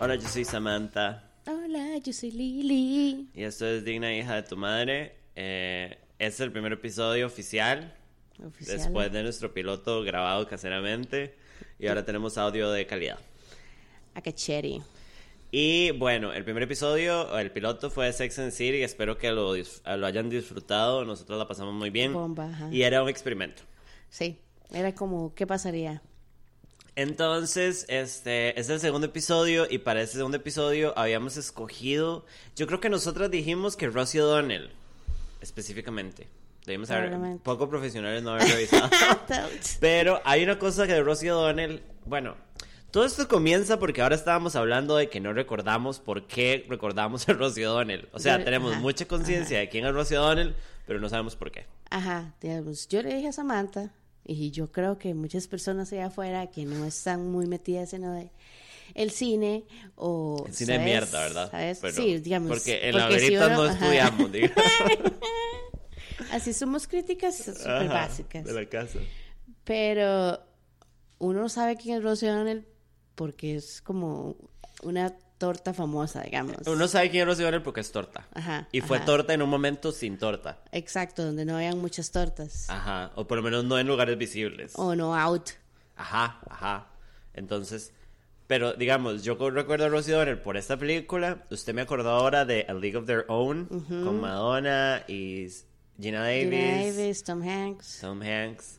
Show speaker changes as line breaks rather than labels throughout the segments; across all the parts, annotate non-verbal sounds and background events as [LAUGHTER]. Hola, yo soy Samantha.
Hola, yo soy Lili.
Y esto es Digna Hija de tu Madre. Eh, es el primer episodio oficial,
Oficial.
después de nuestro piloto grabado caseramente. Y ahora tenemos audio de calidad.
A Cacheri.
Y bueno, el primer episodio, o el piloto fue de Sex and the City. Espero que lo, dis- lo hayan disfrutado. Nosotros la pasamos muy bien.
Bomba, ajá.
Y era un experimento.
Sí, era como, ¿qué pasaría?
Entonces, este es el segundo episodio y para este segundo episodio habíamos escogido, yo creo que nosotras dijimos que Rosie O'Donnell, específicamente. Debimos haber,
Probablemente.
poco profesionales no haber revisado.
[LAUGHS]
Pero hay una cosa que de Rosie O'Donnell, bueno, todo esto comienza porque ahora estábamos hablando de que no recordamos por qué recordamos a Rosie O'Donnell. O sea,
Yo-
tenemos
ajá,
mucha conciencia de quién es Rosie O'Donnell, pero no sabemos por qué.
Ajá, digamos, yo le dije a Samantha, y yo creo que muchas personas allá afuera que no están muy metidas en lo de el cine o...
El cine de
¿sabes?
mierda, ¿verdad?
¿Sabes?
Pero-
sí, digamos.
Porque en la
porque si
verita
uno-
no
ajá.
estudiamos, digamos.
[LAUGHS] Así somos críticas súper
Ajá,
básicas.
De la casa.
Pero uno sabe quién es Rosie O'Donnell porque es como una torta famosa, digamos.
Uno sabe quién es Rosie O'Donnell porque es torta.
Ajá,
Y fue
ajá.
torta en un momento sin torta.
Exacto, donde no hayan muchas tortas.
Ajá. O por lo menos no en lugares visibles.
O no out.
Ajá, ajá. Entonces, pero digamos, yo co- recuerdo a Rosie O'Donnell por esta película. Usted me acordó ahora de A League of Their Own con Madonna y s- Gina Davis,
Gina Davis, Tom Hanks.
Tom Hanks.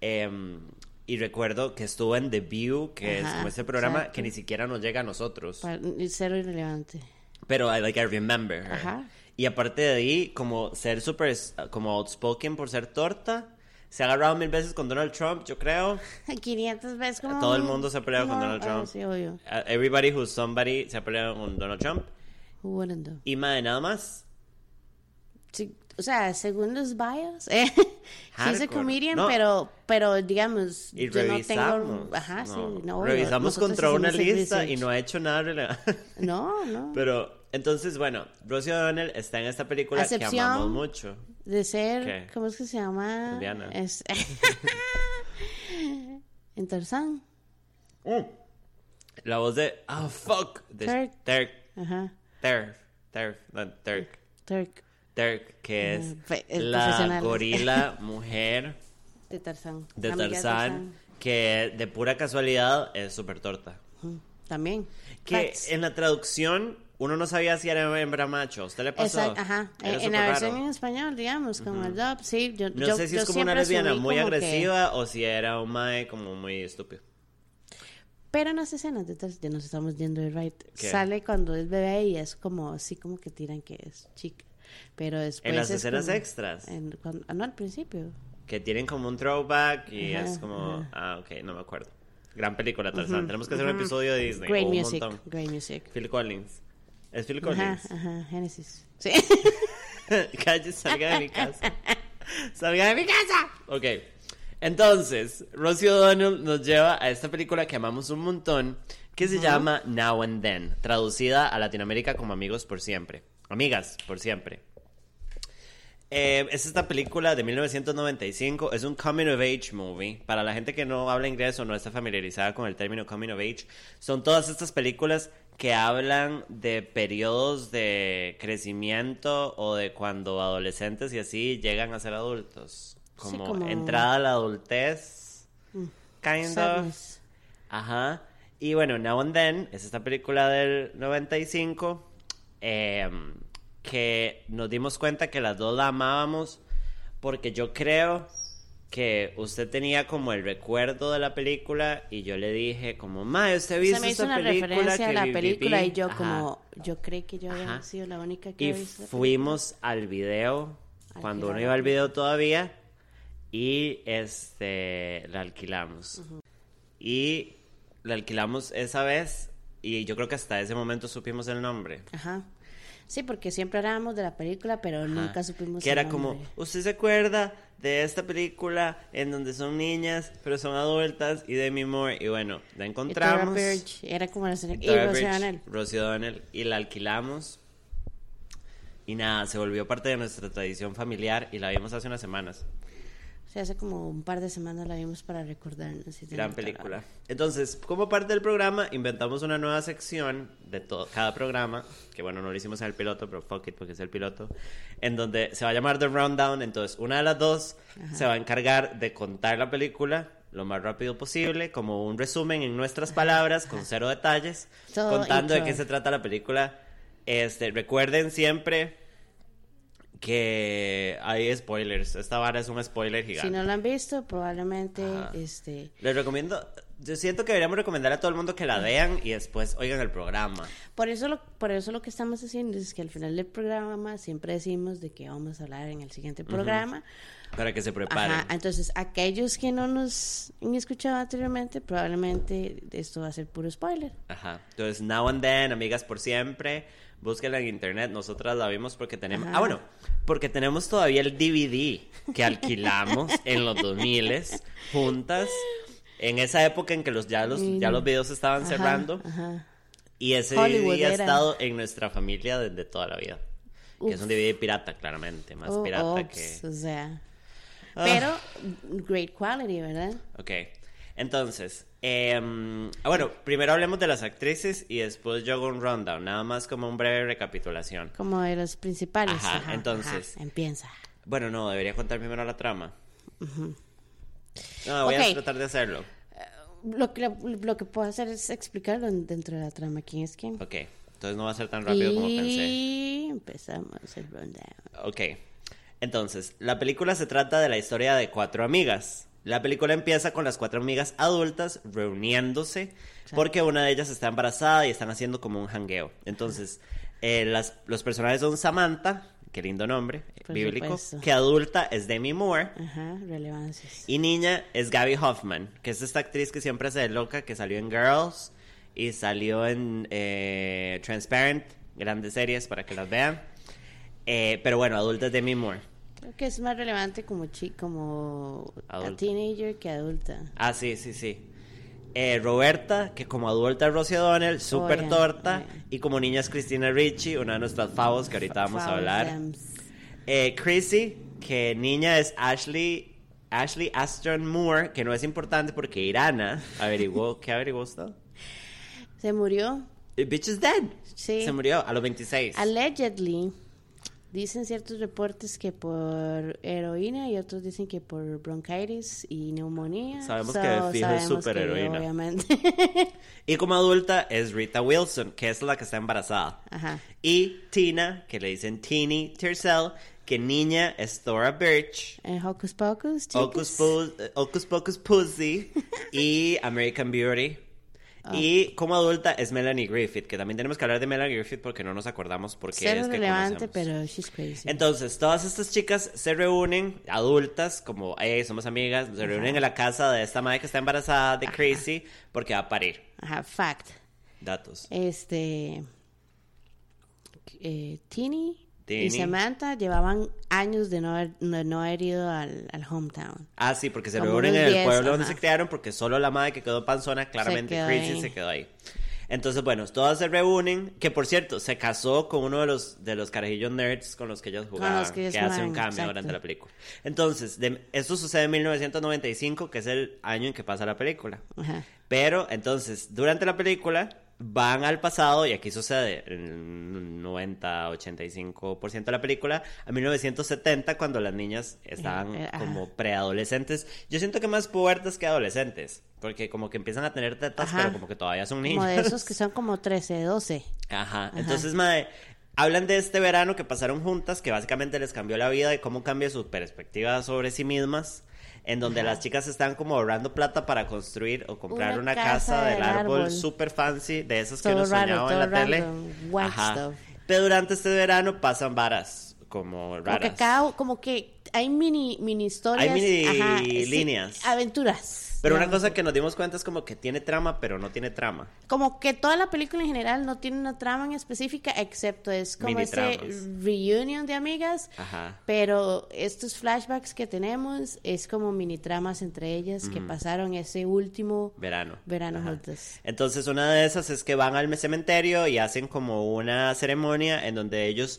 Em, y recuerdo que estuvo en The View, que es
Ajá,
como ese programa
exacto.
que ni siquiera nos llega a nosotros.
Pa- Cero irrelevante. [LAUGHS]
Pero I, like, I remember her.
Ajá.
Y aparte de ahí, como ser súper, como outspoken por ser torta, se ha agarrado mil veces con Donald Trump, yo creo.
500 veces como...
Todo el mundo se ha peleado con
No,
Donald
ah,
Trump.
Sí, obvio.
Uh, Everybody who's somebody se ha peleado con Donald Trump.
Who wouldn't though?
Y más de nada más.
Sí, o sea, según los bios, eh, [LAUGHS] sí es
Hardcore.
a comedian,
No.
pero, pero digamos,
Y
yo no
revisamos.
tengo... Ajá, sí,
No,
no, obvio,
revisamos
nosotros
contra una
hicimos el
lista y
research.
no ha hecho nada relevante. [LAUGHS]
No, no.
Pero, entonces, bueno, Rosie O'Donnell está en esta película que
Acepción.
amamos mucho.
De ser,
¿Qué?
¿cómo es que se llama?
Lesbiana.
Es... [LAUGHS] en Tarzán.
Mm. La voz de, oh, fuck. De
Turk.
Turk.
Ajá.
Turk. Turk. No, Turk.
Turk
Turk, que es
Ah, fe- eh,
la
profesionales. [LAUGHS]
gorila mujer
de Tarzán.
de
Amiga
Tarzán, que de pura casualidad es súper torta.
Ujú, También.
Que
Facts.
en la traducción uno no sabía si era hembra o macho. ¿A ¿Usted le pasó?
Exacto, ajá.
Era
Eh, En- en
súper
la
raro.
versión en español, digamos, como el dub, sí. Yo,
No
yo-
sé si
yo
es como una
siempre
lesbiana
asumí
muy
como que-
agresiva o si era un mae como muy estúpido.
Pero en las escenas de Tarzán, ya nos estamos viendo de right,
¿Qué?
sale cuando es bebé y es como, sí, como que tiran que es chica. Pero después
en las
es
escenas
como-
extras,
en- cuando- ah, no, al principio.
que tienen como un throwback y
Ajá,
es como... Ah, ok, no me acuerdo. Gran película, Tarzán. Tenemos que hacer un episodio de Disney.
Great
o un
music,
montón.
great music.
Phil Collins. ¿Es Phil
Ajá,
Collins?
ajá, Génesis. Sí.
[LAUGHS] Calle, salga de mi casa. Salga de mi casa. Ok. Entonces, Rosie O'Donnell nos lleva a esta película que amamos un montón, que se llama Now and Then, traducida a Latinoamérica como Amigos por Siempre. Amigas por Siempre. Eh, es esta película de 1995, es un coming of age movie. Para la gente que no habla inglés o no está familiarizada con el término coming of age, son todas estas películas que hablan de periodos de crecimiento o de cuando adolescentes y así llegan a ser adultos.
Sí,
Como,
como- Mm.
entrada a la adultez, kind of.
Sadness.
Ajá. Y bueno, Now and Then es esta película del 95 eh, que nos dimos cuenta que las dos la amábamos porque yo creo que usted tenía como el recuerdo de la película y yo le dije como, ma, usted
Se
visto
me hizo
esta
una
película
referencia a
que
la
vi-
película
vi?"
y yo
Ajá.
como, yo creí que yo había
Ajá.
sido la única que
Y
había visto.
fuimos al video,
Alquilar
cuando uno
la
iba al video todavía, y este, la alquilamos. Y la alquilamos esa vez, y yo creo que hasta ese momento supimos el nombre.
Ajá. Sí, porque siempre hablábamos de la película, pero nunca supimos
Que
el
era como,
nombre.
¿usted se acuerda de esta película en donde son niñas, pero son adultas, y Demi Moore? Y bueno, la
Y Tara
encontramos.
Birch, Era como la serie. Y
Tara
Rosie
Birch,
O'Donnell.
Rosie O'Donnell, y la alquilamos. Y nada, se volvió parte de nuestra tradición familiar y la vimos hace unas semanas.
O sea, hace como un par de semanas la vimos para recordarnos. y
Gran
tener-
película. Entonces, como parte del programa, inventamos una nueva sección de todo, cada programa, que bueno, no lo hicimos en el piloto, pero fuck it, porque es el piloto, en donde se va a llamar The Rundown. Entonces, una de las dos se va a encargar de contar la película lo más rápido posible, como un resumen en nuestras palabras, con cero detalles,
Todo
contando de
intro.
qué se trata la película. Este, recuerden siempre que hay spoilers. Esta vara es un spoiler gigante.
Si no la han visto, probablemente
Ajá.
este,
Les recomiendo, yo siento que deberíamos recomendar a todo el mundo que la
Mm.
vean y después oigan el programa.
Por eso, lo, por eso lo que estamos haciendo es que al final del programa siempre decimos de que vamos a hablar en el siguiente programa.
Para que se preparen.
Ajá, entonces aquellos que no nos han escuchado anteriormente, probablemente esto va a ser puro spoiler.
Ajá. Entonces, Now and Then, Amigas por Siempre, búsquenla en internet. Nosotras la vimos porque tenemos...
Ajá.
Ah, bueno, porque tenemos todavía el DVD que
[LAUGHS]
alquilamos en los 2000 juntas. En esa época en que los, ya, los, ya los videos estaban
Ajá,
cerrando.
ajá.
Y ese
Hollywood
DVD ha
era.
estado en nuestra familia desde toda la vida. Que es un
Uf.
DVD pirata, claramente. Más
Oh,
pirata
ops,
que...
O sea.
Ah.
Pero, great quality, ¿verdad?
Ok. Entonces, em, ah, bueno, primero hablemos de las actrices y después yo hago un rundown, nada más como un breve recapitulación.
Como de los principales.
Ajá, entonces.
ajá, empieza.
Bueno, no, debería contar primero la trama. No, voy
Ok.
a tratar de hacerlo.
Lo que, lo que puedo hacer es explicarlo en- dentro de la trama quién es quién.
Ok, entonces no va a ser tan rápido como pensé.
y empezamos el rundown.
Ok, entonces, la película se trata de la historia de cuatro amigas. La película empieza con las cuatro amigas adultas reuniéndose porque una de ellas está embarazada y están haciendo como un jangueo. Entonces, eh, las, los personajes son Samantha, qué lindo nombre, eh,
Por
bíblico,
supuesto.
que adulta es Demi Moore
Ajá, relevancias.
y niña es Gabby Hoffman, que es esta actriz que siempre hace de loca, que salió en Girls y salió en eh, Transparent, grandes series para que las vean. Eh, pero bueno, adulta es Demi Moore.
Creo que es más relevante como chi como a
Adulta.
teenager que adulta.
Ah, sí, sí, sí. Eh, Roberta, que como adulta es Rosie O'Donnell, súper
Oye,
torta.
oye.
Y como niña es Cristina Ricci, una de nuestras favos que ahorita vamos a
Foul
hablar.
Dems.
Eh, Chrissy, que niña es Ashley, Ashley Aston Moore, que no es importante porque Irana averiguó, ¿qué averiguó usted?
Se murió,
The bitch is dead.
Sí.
Se murió a los 26.
allegedly. Dicen ciertos reportes que por heroína y otros dicen que por bronquitis y neumonía.
Sabemos que de fijo es
sabemos que
superheroína.
Obviamente. [LAUGHS]
Y como adulta es Rita Wilson, que es la que está embarazada.
Ajá.
Y Tina, que le dicen Tini Tercel, que niña es Thora Birch.
En Eh, Hocus Pocus, chicas.
Hocus, Po- eh, Hocus Pocus Pussy
[LAUGHS]
y American Beauty.
Ah.
Y como adulta es Melanie Griffith, que también tenemos que hablar de Melanie Griffith porque no nos acordamos por qué
Cero
es que
relevante,
conocemos.
pero she's crazy.
Entonces, todas estas chicas se reúnen, adultas, como, hey, somos amigas, se reúnen en la casa de esta madre que está embarazada, de Crazy, porque va a parir.
Ajá, fact.
Datos.
Este. eh, Tini,
Tini.
y Samantha llevaban años de no haber, de no haber ido al, al hometown.
Ah, sí, porque se
Como
reúnen
unos
en el
10,
pueblo donde
ajá.
se criaron, porque solo la madre que quedó panzona, claramente
quedó
Crazy
ahí.
se quedó ahí. Entonces, bueno, todas se reúnen, que por cierto, se casó con uno de los, de los carajillos nerds con los que ellos jugaban,
los que ellos
hace un
jugaban,
cambio
exacto.
durante la película. Entonces, de- esto sucede en 1995, que es el año en que pasa la película.
Ajá.
Pero entonces, durante la película, van al pasado, y aquí sucede el 90-85% de la película, a 1970, cuando las niñas estaban
Eh, eh, ajá.
como preadolescentes. Yo siento que más puertas que adolescentes, porque como que empiezan a tener tetas,
Ajá.
pero como que todavía son niñas.
Como de esos que son como 13, 12.
Ajá. Entonces, madre, hablan de este verano que pasaron juntas, que básicamente les cambió la vida y cómo cambia su perspectiva sobre sí mismas. En donde las chicas están como ahorrando plata para construir o comprar
Una
una,
casa
casa, del,
del
árbol,
árbol.
super fancy, de esas que
Todo
uno
raro,
soñaba
todo
en la tele.
random, white stuff.
Pero durante este verano pasan varas como
Como que,
raras.
cada- como que hay mini, mini historias.
Hay mini
ajá, sí,
líneas.
aventuras.
Pero una
digamos.
cosa que nos dimos cuenta es como que tiene trama, pero no tiene trama.
Como que toda la película en general no tiene una trama en específica, excepto es como
Mini
este
tramas.
reunion de amigas.
Ajá.
Pero estos flashbacks que tenemos es como mini tramas entre ellas que pasaron ese último
Verano.
verano
Ajá.
juntas.
Entonces, una de esas es que van al cementerio y hacen como una ceremonia en donde ellos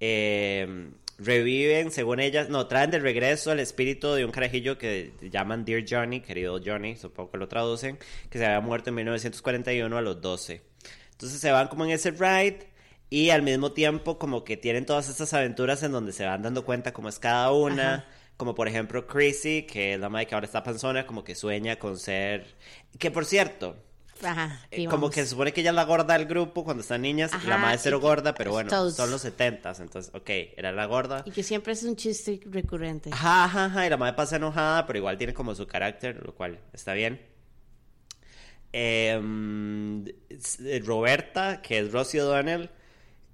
eh, reviven, según ellas, no, traen de regreso el espíritu de un carajillo que llaman Dear Johnny, querido Johnny, supongo que lo traducen, que se había muerto en 1941 a los 12. Entonces se van como en ese ride y al mismo tiempo como que tienen todas estas aventuras en donde se van dando cuenta cómo es cada una.
Ajá.
Como por ejemplo Chrissy, que es la madre que ahora está panzona, como que sueña con ser... Que por cierto,
Ajá,
eh,
aquí
como
vamos.
que se supone que ella es la gorda del grupo cuando están niñas, y la
Ajá,
madre es cero
y-
gorda, pero bueno,
todos.
son los setentas, entonces, ok, era la gorda.
Y que siempre es un chiste recurrente.
Ajá, ajá, ajá, y la madre pasa enojada, pero igual tiene como su carácter, lo cual está bien. Em, s- eh, Roberta, que es Rosie O'Donnell,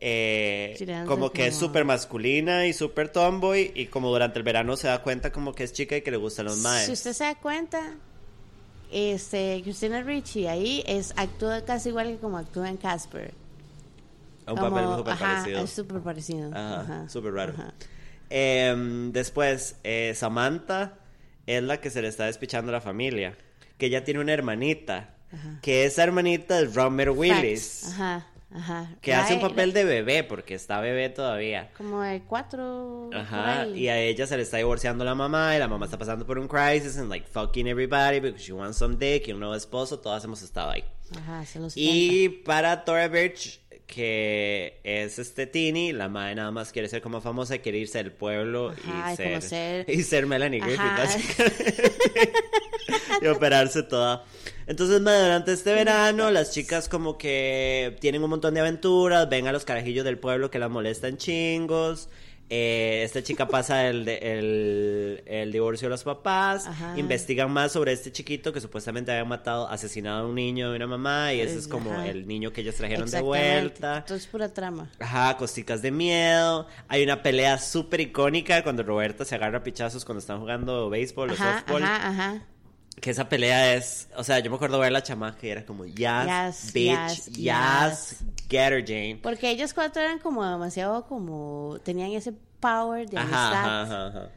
eh,
Sí, le dan
como
su-
que es
como-
súper masculina y súper tomboy, y como durante el verano se da cuenta como que es chica y que le gustan los madres.
Si usted se da cuenta, este, Christina Ricci ahí es actúa casi igual que como actúa en Casper.
A un
Como-
papel súper
ajá,
parecido.
Es súper parecido.
Ajá,
ajá,
súper raro.
ajá.
Em, después, eh, Samantha es la que se le está despichando a la familia. Que ella tiene una hermanita. Que esa hermanita es Romer Willis.
Facts, Ajá, E, ajá.
Que hace un papel de bebé porque está bebé todavía.
Como de cuatro. por
Ajá,
ahí.
y a ella se le está divorciando la mamá y la mamá está pasando por un crisis and like fucking everybody because she wants some dick y un nuevo esposo, todas hemos estado ahí.
Ajá, son los
Y para Tora Birch, que es este Tini, la madre nada más quiere ser como famosa, quiere irse del pueblo
Ajá,
y,
y
ser,
conocer-
[LAUGHS] y ser Melanie Griffith,
Ajá. [LAUGHS]
básicamente. [LAUGHS] y operarse toda. Entonces, ma, durante este verano, las chicas como que tienen un montón de aventuras, ven a los carajillos del pueblo que las molestan chingos. eh, esta chica pasa el, de- el, el divorcio de los papás,
Ajá.
investigan más sobre este chiquito que supuestamente había matado, asesinado a un niño de una mamá y ese es como
Ajá.
el niño que ellas trajeron de
Exactamente.
vuelta.
Entonces, pura trama.
Ajá, costicas de miedo. Hay una pelea súper icónica cuando Roberta se agarra a pichazos cuando están jugando béisbol o
Ajá,
softball.
ajá, ajá.
Que esa pelea es, o sea, yo me acuerdo ver la chamaca que era como, yes,
Yes,
bitch, yes,
yes, yes.
get her, Jane.
Porque ellos cuatro eran como demasiado como. Tenían ese power de
Ajá,
amistad.
ajá, ajá, ajá.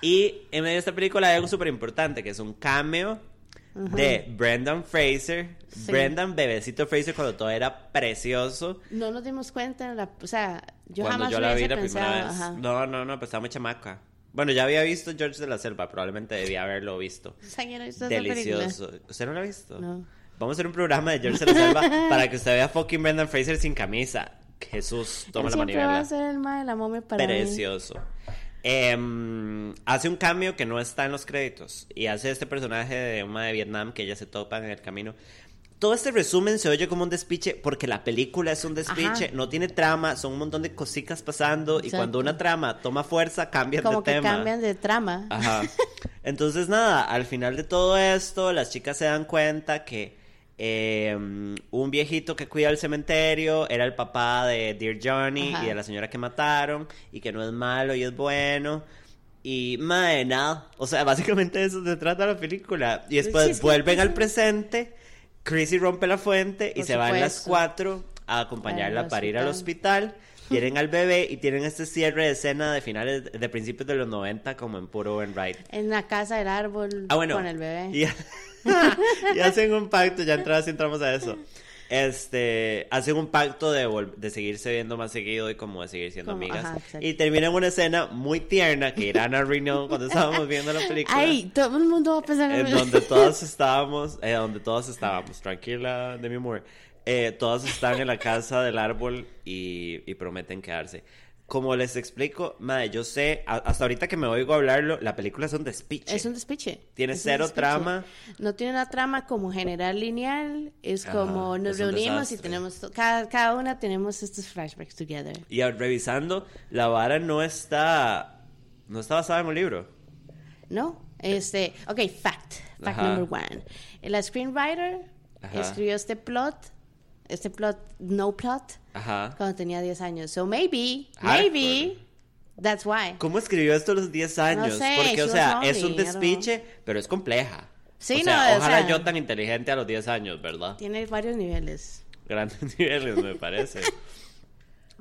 Y en medio de esta película hay algo súper importante, que es un cameo de Brendan Fraser.
Sí.
Brendan Bebecito Fraser cuando todo era precioso.
No nos dimos cuenta. la- o sea, yo
cuando
jamás
yo la vi
hubiese
la
pensado.
primera vez.
ajá.
No, no, no, pues estaba muy chamaca. Bueno, ya había visto George de la Selva, probablemente debía haberlo visto.
O sea, yo no he visto esa
Delicioso. ¿Usted no lo ha visto?
No.
Vamos a hacer un programa de George de la
[LAUGHS]
Selva para que usted vea fucking Brendan Fraser sin camisa. Jesús,
película.
toma la
Él siempre va a
manivela.
ser el mae de la mome para mí.
Precioso. Em, hace un cambio que no está en los créditos y hace este personaje de una de Vietnam que ella se topa en el camino. Todo este resumen se oye como un despiche porque la película es un despiche,
Ajá.
no tiene trama, son un montón de cositas pasando y
Exacto.
cuando una trama toma fuerza cambian
Como
de
que
Este tema. Ah.
cambian de trama.
Ajá. [LAUGHS] Entonces, nada, al final de todo esto, las chicas se dan cuenta que eh, un viejito que cuida el cementerio era el papá de Dear Johnny
Ajá.
y de la señora que mataron, y que no es malo y es bueno. Y, madre, nada. O sea, [LAUGHS] básicamente de eso se trata la película. Y después
Sí, es que-
vuelven al presente, Chrissy rompe la fuente y
Por
se van las
supuesto.
cuatro a acompañarla
Al
para ir al
hospital.
hospital hospital,
[LAUGHS]
tienen al bebé y tienen este cierre de escena de finales, de principios de los 90 como en puro Ben Wright.
En la casa del árbol
Ah, bueno.
con el bebé.
Y, y [LAUGHS] hacen un pacto, ya entradas y entramos a eso. Este, hacen un pacto de, vol- de seguirse viendo más seguido y como de seguir siendo
Como,
amigas.
ajá, exacto.
y terminan una escena muy tierna que Irán arruinó cuando estábamos viendo
[LAUGHS]
la película.
Ay, todo el mundo va a pensar
En [LAUGHS]
[LAUGHS]
donde todos estábamos, eh, donde todos estábamos, tranquila, de mi amor. Eh, todos están en la casa del árbol y, y prometen quedarse. Como les explico, madre, yo sé, a- hasta ahorita que me oigo hablarlo, la película es un despiche.
Es un despiche.
Tiene
Es un
cero
despiche.
trama.
No tiene una trama como general lineal. Es
Ajá,
como nos
es un
reunimos y
desastre.
tenemos. to- Cada, cada una tenemos estos flashbacks together.
Y a- revisando, la vara no está, no está basada en un libro.
¿No? Este. Ok, fact. Fact
Eh. Ajá.
number one. La screenwriter
Ajá.
escribió este plot. Este plot, no plot,
Ajá.
cuando tenía 10 años. So maybe,
Hardcore.
maybe, that's why.
¿Cómo escribió esto a los 10 años?
sé,
Porque,
she
o
was
sea,
lonely,
es un
I don't know.
despiche, pero es compleja.
Sí,
o
no,
sea,
o
ojalá
sea-
yo tan inteligente a los 10 años, ¿verdad?
Tiene varios niveles.
grandes [LAUGHS] niveles, me parece.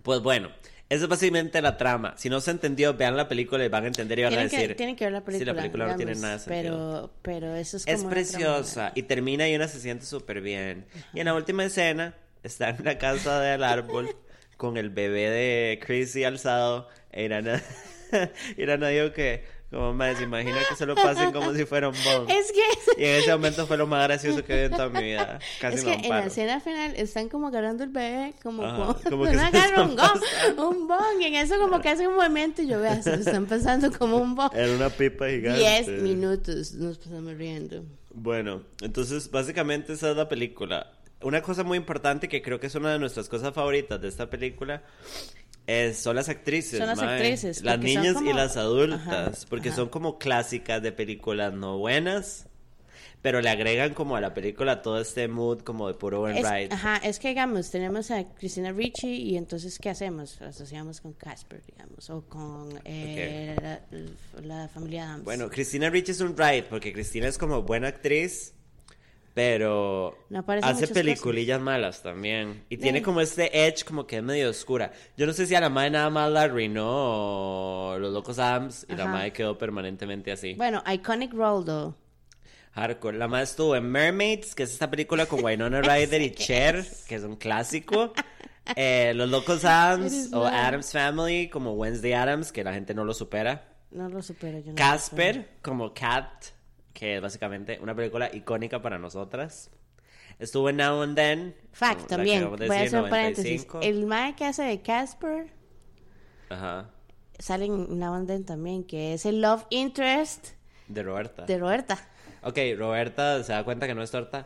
Pues bueno, esa es básicamente la trama. Si no se entendió, vean la película y van a entender y van a
Tienen
decir.
que, tienen que ver la
"Sí,
película.
la película no tiene
digamos,
nada de sentido.
Pero, pero eso es como
es
una
preciosa
trama.
y
[LAUGHS]
termina y una se siente súper bien. Y en la última escena está en la casa del árbol con el bebé de Chrissy alzado, e Irana, [LAUGHS] Irana dijo que, como más, imagina que se lo pasen como si fuera un bomb.
[LAUGHS] Es que...
Y en ese momento fue lo más gracioso que he visto en toda mi
[LAUGHS]
vida. Casi
es
me
que en la
amparo.
escena final están como agarrando el bebé, como
Ajá, [LAUGHS]
cuando [LAUGHS]
como que
uno
se
agarra
están
un gong, un bong, y en eso como que hace un movimiento y yo vea, se lo están pasando como un
[LAUGHS]
bong.
Era una pipa gigante.
Diez minutos nos pasamos riendo.
Bueno, entonces básicamente esa es la película. Una cosa muy importante que creo que es una de nuestras cosas favoritas de esta película es, son las actrices.
Son las
mae.
actrices,
Las
porque son
niñas y
como-
las adultas,
Ajá,
porque
ajá.
son como clásicas de películas no buenas, pero le agregan como a la película todo este mood como de puro buen
Es-
ride.
Ajá, es que digamos, tenemos a Cristina Ricci y entonces, ¿qué hacemos? Asociamos con Casper, digamos, o con eh, la, la familia Adams.
Bueno, Cristina Rich es un ride, porque Cristina es como buena actriz, pero
No aparece en
hace
muchas
peliculillas malas también. Y tiene
Ay.
como este edge como que es medio oscura. Yo no sé si a la madre nada más la arruinó Los Locos Adams y la
Ajá.
madre quedó permanentemente así.
bueno Iconic Role, though.
Hardcore. La madre estuvo en Mermaids, que es esta película con
[LAUGHS]
Winona Ryder y Cher, que es un clásico. Eh, Los Locos Adams
Eres
o
mala.
Adams Family, como Wednesday Adams, que la gente no lo supera.
No lo supero yo. no lo supero.
Casper, como Cat, que es básicamente una película icónica para nosotras. Estuvo en Now and Then. como
Fact,
Oh, la
también.
acabamos de
Voy a
decir,
hacer un paréntesis.
95.
El mae que hace de Casper
Ajá,
sale en Now and Then también, que es el Love Interest
de Roberta.
de Roberta.
Ok, Roberta se da cuenta que no es torta.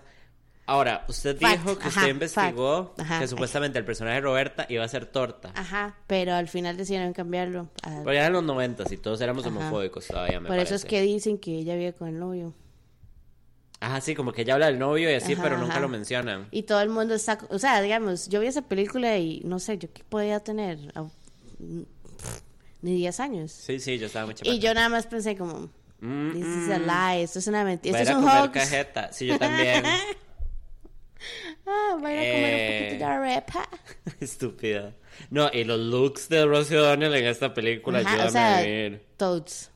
Ahora, usted
Fact,
dijo que
ajá,
usted investigó
fact, ajá, eh.
que supuestamente el personaje de Roberta iba a ser torta.
Ajá, pero al final decidieron cambiarlo. a-
Porque eran los 90 y todos éramos
Ajá.
homofóbicos todavía, me
Por eso es
parece.
que dicen que ella vive con el novio.
Ajá, sí, como que ella habla del novio y así,
Ajá,
pero nunca
ajá.
lo mencionan.
Y todo el mundo está, o sea, digamos, yo vi esa película y no sé, yo qué podía tener A- pff, ni 10 años.
Sí, sí, yo estaba muy
Y
chapaca.
yo nada más pensé como,
Mm,
this is a lie, esto es una mentira,
Va a ir
esto
a
es un
comer
hoax.
cajeta. Sí, yo
[LAUGHS]
también.
Ah, voy a ir a comer
Eh.
un poquito de arepa.
[LAUGHS] Estúpida. No, y los looks de Rosie O'Donnell en esta película,
Ajá,
ayúdame
o sea,
a ver.
Toads.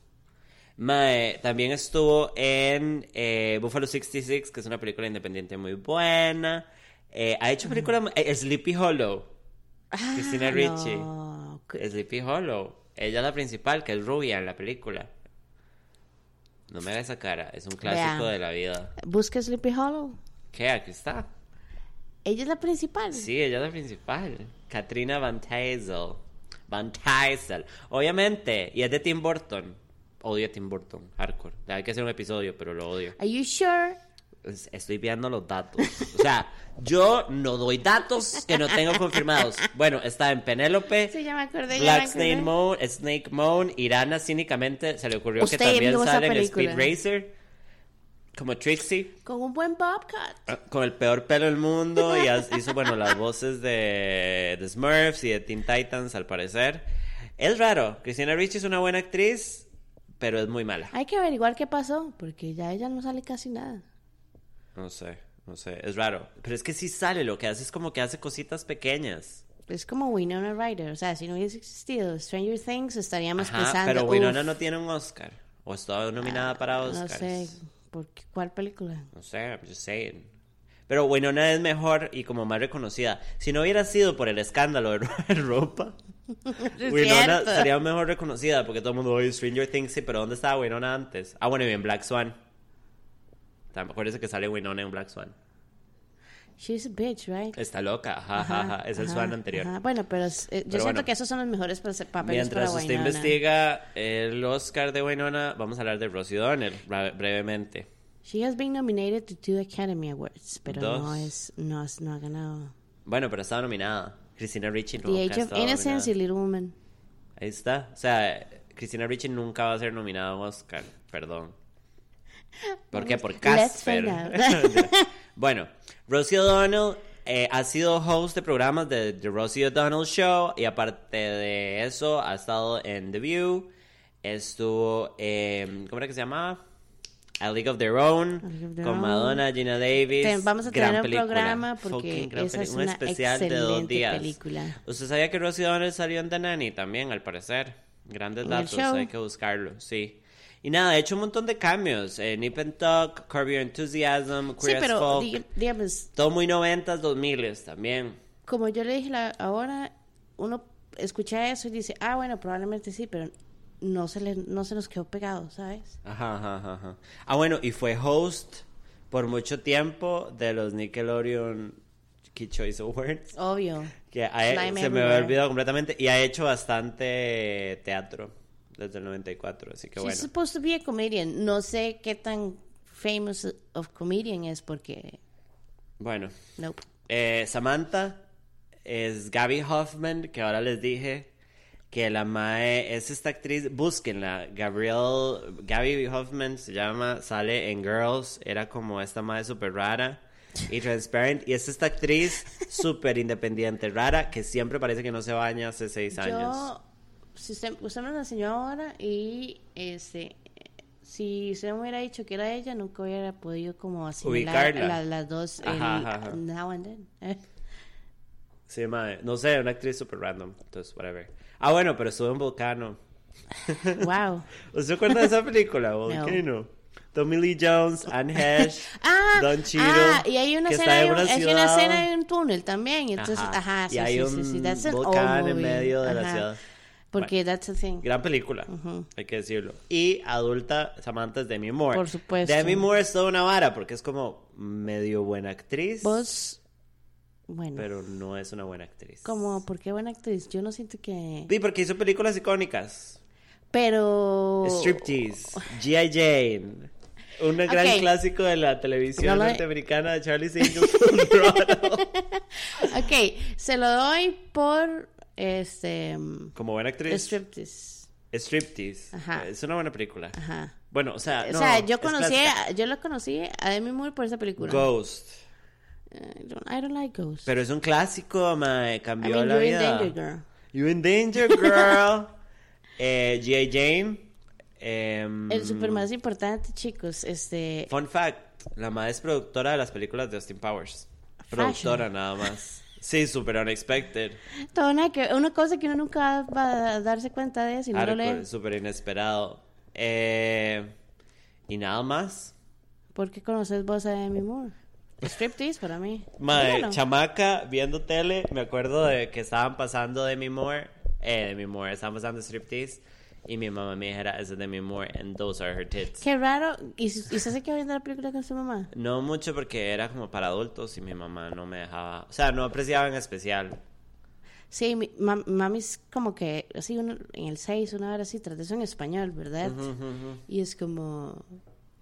Mae, también estuvo en eh, Buffalo 66, que es una película independiente muy buena. Eh, ha hecho películas... eh, Sleepy Hollow. Cristina
Ah,
Ricci.
no, que-
Sleepy Hollow. Ella es la principal, que es rubia en la película. No me haga esa cara. Es un clásico
Vean.
de la vida.
Busca Sleepy Hollow.
¿Qué? Aquí está.
Ella es la principal.
Sí, ella es la principal. Katrina Van Tassel. Van Tassel. Obviamente. Y es de Tim Burton. Odio a Tim Burton. Hardcore. Hay que hacer un episodio, pero lo odio.
Are you sure?
Es- Estoy viendo los datos. O sea, yo no doy datos que no tengo confirmados. Bueno, está en Penélope.
Sí, ya me acordé, ya me
Black
acordé.
Snake Moan, Snake Moan. Irana cínicamente se le ocurrió que
Usted
también
vio esa
sale en
película.
Speed Racer. Como Trixie.
Con un buen bobcat.
Ah, Con el peor pelo del mundo y as- hizo, bueno, las voces de, de Smurfs y de Teen Titans, al parecer. Es raro. Christina Ricci es una buena actriz, pero es muy mala.
Hay que averiguar qué pasó, porque ya ella no sale casi nada.
No sé, no sé. Es raro. Pero es que sí sale. Lo que hace es como que hace cositas pequeñas.
Es como Winona Ryder. O sea, si no hubiese existido Stranger Things, estaríamos
Ajá,
pensando.
pero
"Uf, Ah,
Winona no tiene un Oscar. O estaba nominada para
No
Oscars.
sé, ¿por qué- ¿cuál película?
No sé, I'm just saying. Pero Winona es mejor y como más reconocida. Si no hubiera sido por el escándalo de ro- [LAUGHS] ropa, [LAUGHS]
Es
Winona
cierto.
sería mejor reconocida porque todo el mundo oye Stranger Things, sí, pero ¿dónde estaba Winona antes? Ah, bueno, y en Black Swan. Tam- Acuérdense que sale Winona en Black Swan.
She's a bitch, right?
Está loca, ajá, Eh, ajá, ajá. es el
ajá,
Swan anterior.
ajá. Bueno, pero es- eh,
Pero
yo siento
bueno.
que esos son los mejores pa- papeles
Mientras
para
usted
Winona.
investiga el Oscar de Winona, vamos a hablar de Rosie O'Donnell bra- brevemente.
She has been nominated to two Academy Awards, pero no
Dos.
es, no es- no ha ganado.
Bueno, pero estaba nominada. Christina Ricci nunca
The Age of
estaba
Innocence
nominada.
y Little Woman.
Ahí está. O sea, Christina Ricci nunca va a ser nominada a un Oscar. Perdón. ¿Por qué? Por
Let's
Casper.
find
[LAUGHS] bueno, Rosie O'Donnell eh, ha sido host de programas de The Rosie O'Donnell Show y aparte de eso ha estado en The View. Estuvo, eh, ¿cómo era que se llamaba? A League of Their Own,
A League of Their
con
Own.
Madonna, Gina Davis.
Te- vamos a
Gran
tener un
película.
programa porque
Fucking gran
esa es
peli- un
una
especial de dos
excelente
días.
película.
¿Usted sabía que Rosie O'Donnell salió en The Nanny también, al parecer? Grandes
En el
datos,
show.
hay que buscarlo, sí. Y nada, ha hecho un montón de cambios. Eh, Nip and Tuck, Curb Your Enthusiasm,
Sí,
Queer as
pero
Folk.
dig- digamos,
Todo muy noventas, dos miles también.
como yo le dije la- ahora, uno escucha eso y dice, ah, bueno, probablemente sí, pero no se, le, no se nos quedó pegado, ¿sabes?
Ajá, ajá, ajá. Ah, bueno, y fue host por mucho tiempo de los Nickelodeon Key Choice Awards.
Obvio.
Que ha- se
Slime
me
everywhere.
había olvidado completamente. Y ha hecho bastante teatro desde el 94. Así que bueno.
She's supposed to be pues, a comedian. No sé qué tan famous of comedian es porque...
Bueno.
Nope.
Eh, Samantha es Gaby Hoffman, que ahora les dije que la mae es esta actriz, búsquenla, Gabriel, Gaby Hoffman se llama, sale en Girls, era como esta mae súper rara y transparent, y es esta actriz súper independiente, rara, que siempre parece que no se baña hace seis años.
Yo, si usted, usted me lo enseñó ahora y este, si usted me hubiera dicho que era ella, nunca hubiera podido como asimilar
Ubicarla.
la- las dos el,
Ajá, ajá, ajá.
now and then. [LAUGHS] Eh,
Sí, mae, no sé, una actriz súper random, entonces, whatever. Ah, bueno, pero estuvo en Volcano.
wow.
¿Usted acuerda de esa película? Volcano. Tommy Lee Jones, Anne Hesh,
[LAUGHS] Ah,
Don Cheadle.
ah, y hay una
que
escena,
está en
de un- es una
ciudad.
escena en un túnel también, entonces,
Ajá.
ajá,
Y
sí,
hay
sí,
un
sí, sí, that's an
volcán
old
en
movie.
medio de la ciudad.
Porque that's a thing.
Gran película, hay que decirlo. Y adulta, Samantha es Demi Moore.
Por supuesto.
Demi Moore es toda una vara porque es como medio buena actriz,
Vos, bueno,
pero no es una buena actriz.
como, ¿por qué buena actriz? Yo no siento que...
Sí, porque hizo películas icónicas.
Pero... [LAUGHS]
Striptease, G.I. Jane. Un gran
Ok.
clásico de la televisión
No lo-
norteamericana de Charlie [LAUGHS] Angel
Ok, se lo doy por este mm,
Como buena actriz.
striptease.
Striptease.
Ajá.
Es una buena película.
Ajá.
Bueno, o sea,
O
Ah, no,
sea, yo
es
conocí
clásica.
a, yo lo conocí a Demi Moore por esa película.
Ghost.
I, don't, I don't like ghosts.
Pero es un clásico, mae,
I
cambió
mean,
la
you're in
vida.
danger, girl.
You in danger, girl. [LAUGHS] eh, G.I. Jane. em,
El super más importante, chicos, este
Fun fact, la madre es productora de las películas de Austin Powers. Productora nada más. Sí, super unexpected.
toda una, que- una cosa que uno nunca va a darse cuenta de si no lo
Hardcore,
lee,
super inesperado. Eh, y nada más.
¿por qué conoces vos a Demi Moore? Striptease para mí.
Madre,
Dígalo.
chamaca, viendo tele, me acuerdo de que estaban pasando Demi Moore, eh, Demi Moore, estaban pasando striptease, y mi mamá me dijera, esa es Demi Moore, and those are her tits.
Qué raro. ¿Y, si- y usted se quedó viendo la película con su mamá?
No mucho porque era como para adultos y mi mamá no me dejaba, o sea, no apreciaba en especial.
Sí, mi, mam- mami es como que así uno- en el 6, una hora así, tras de eso en español, ¿verdad? Y es como,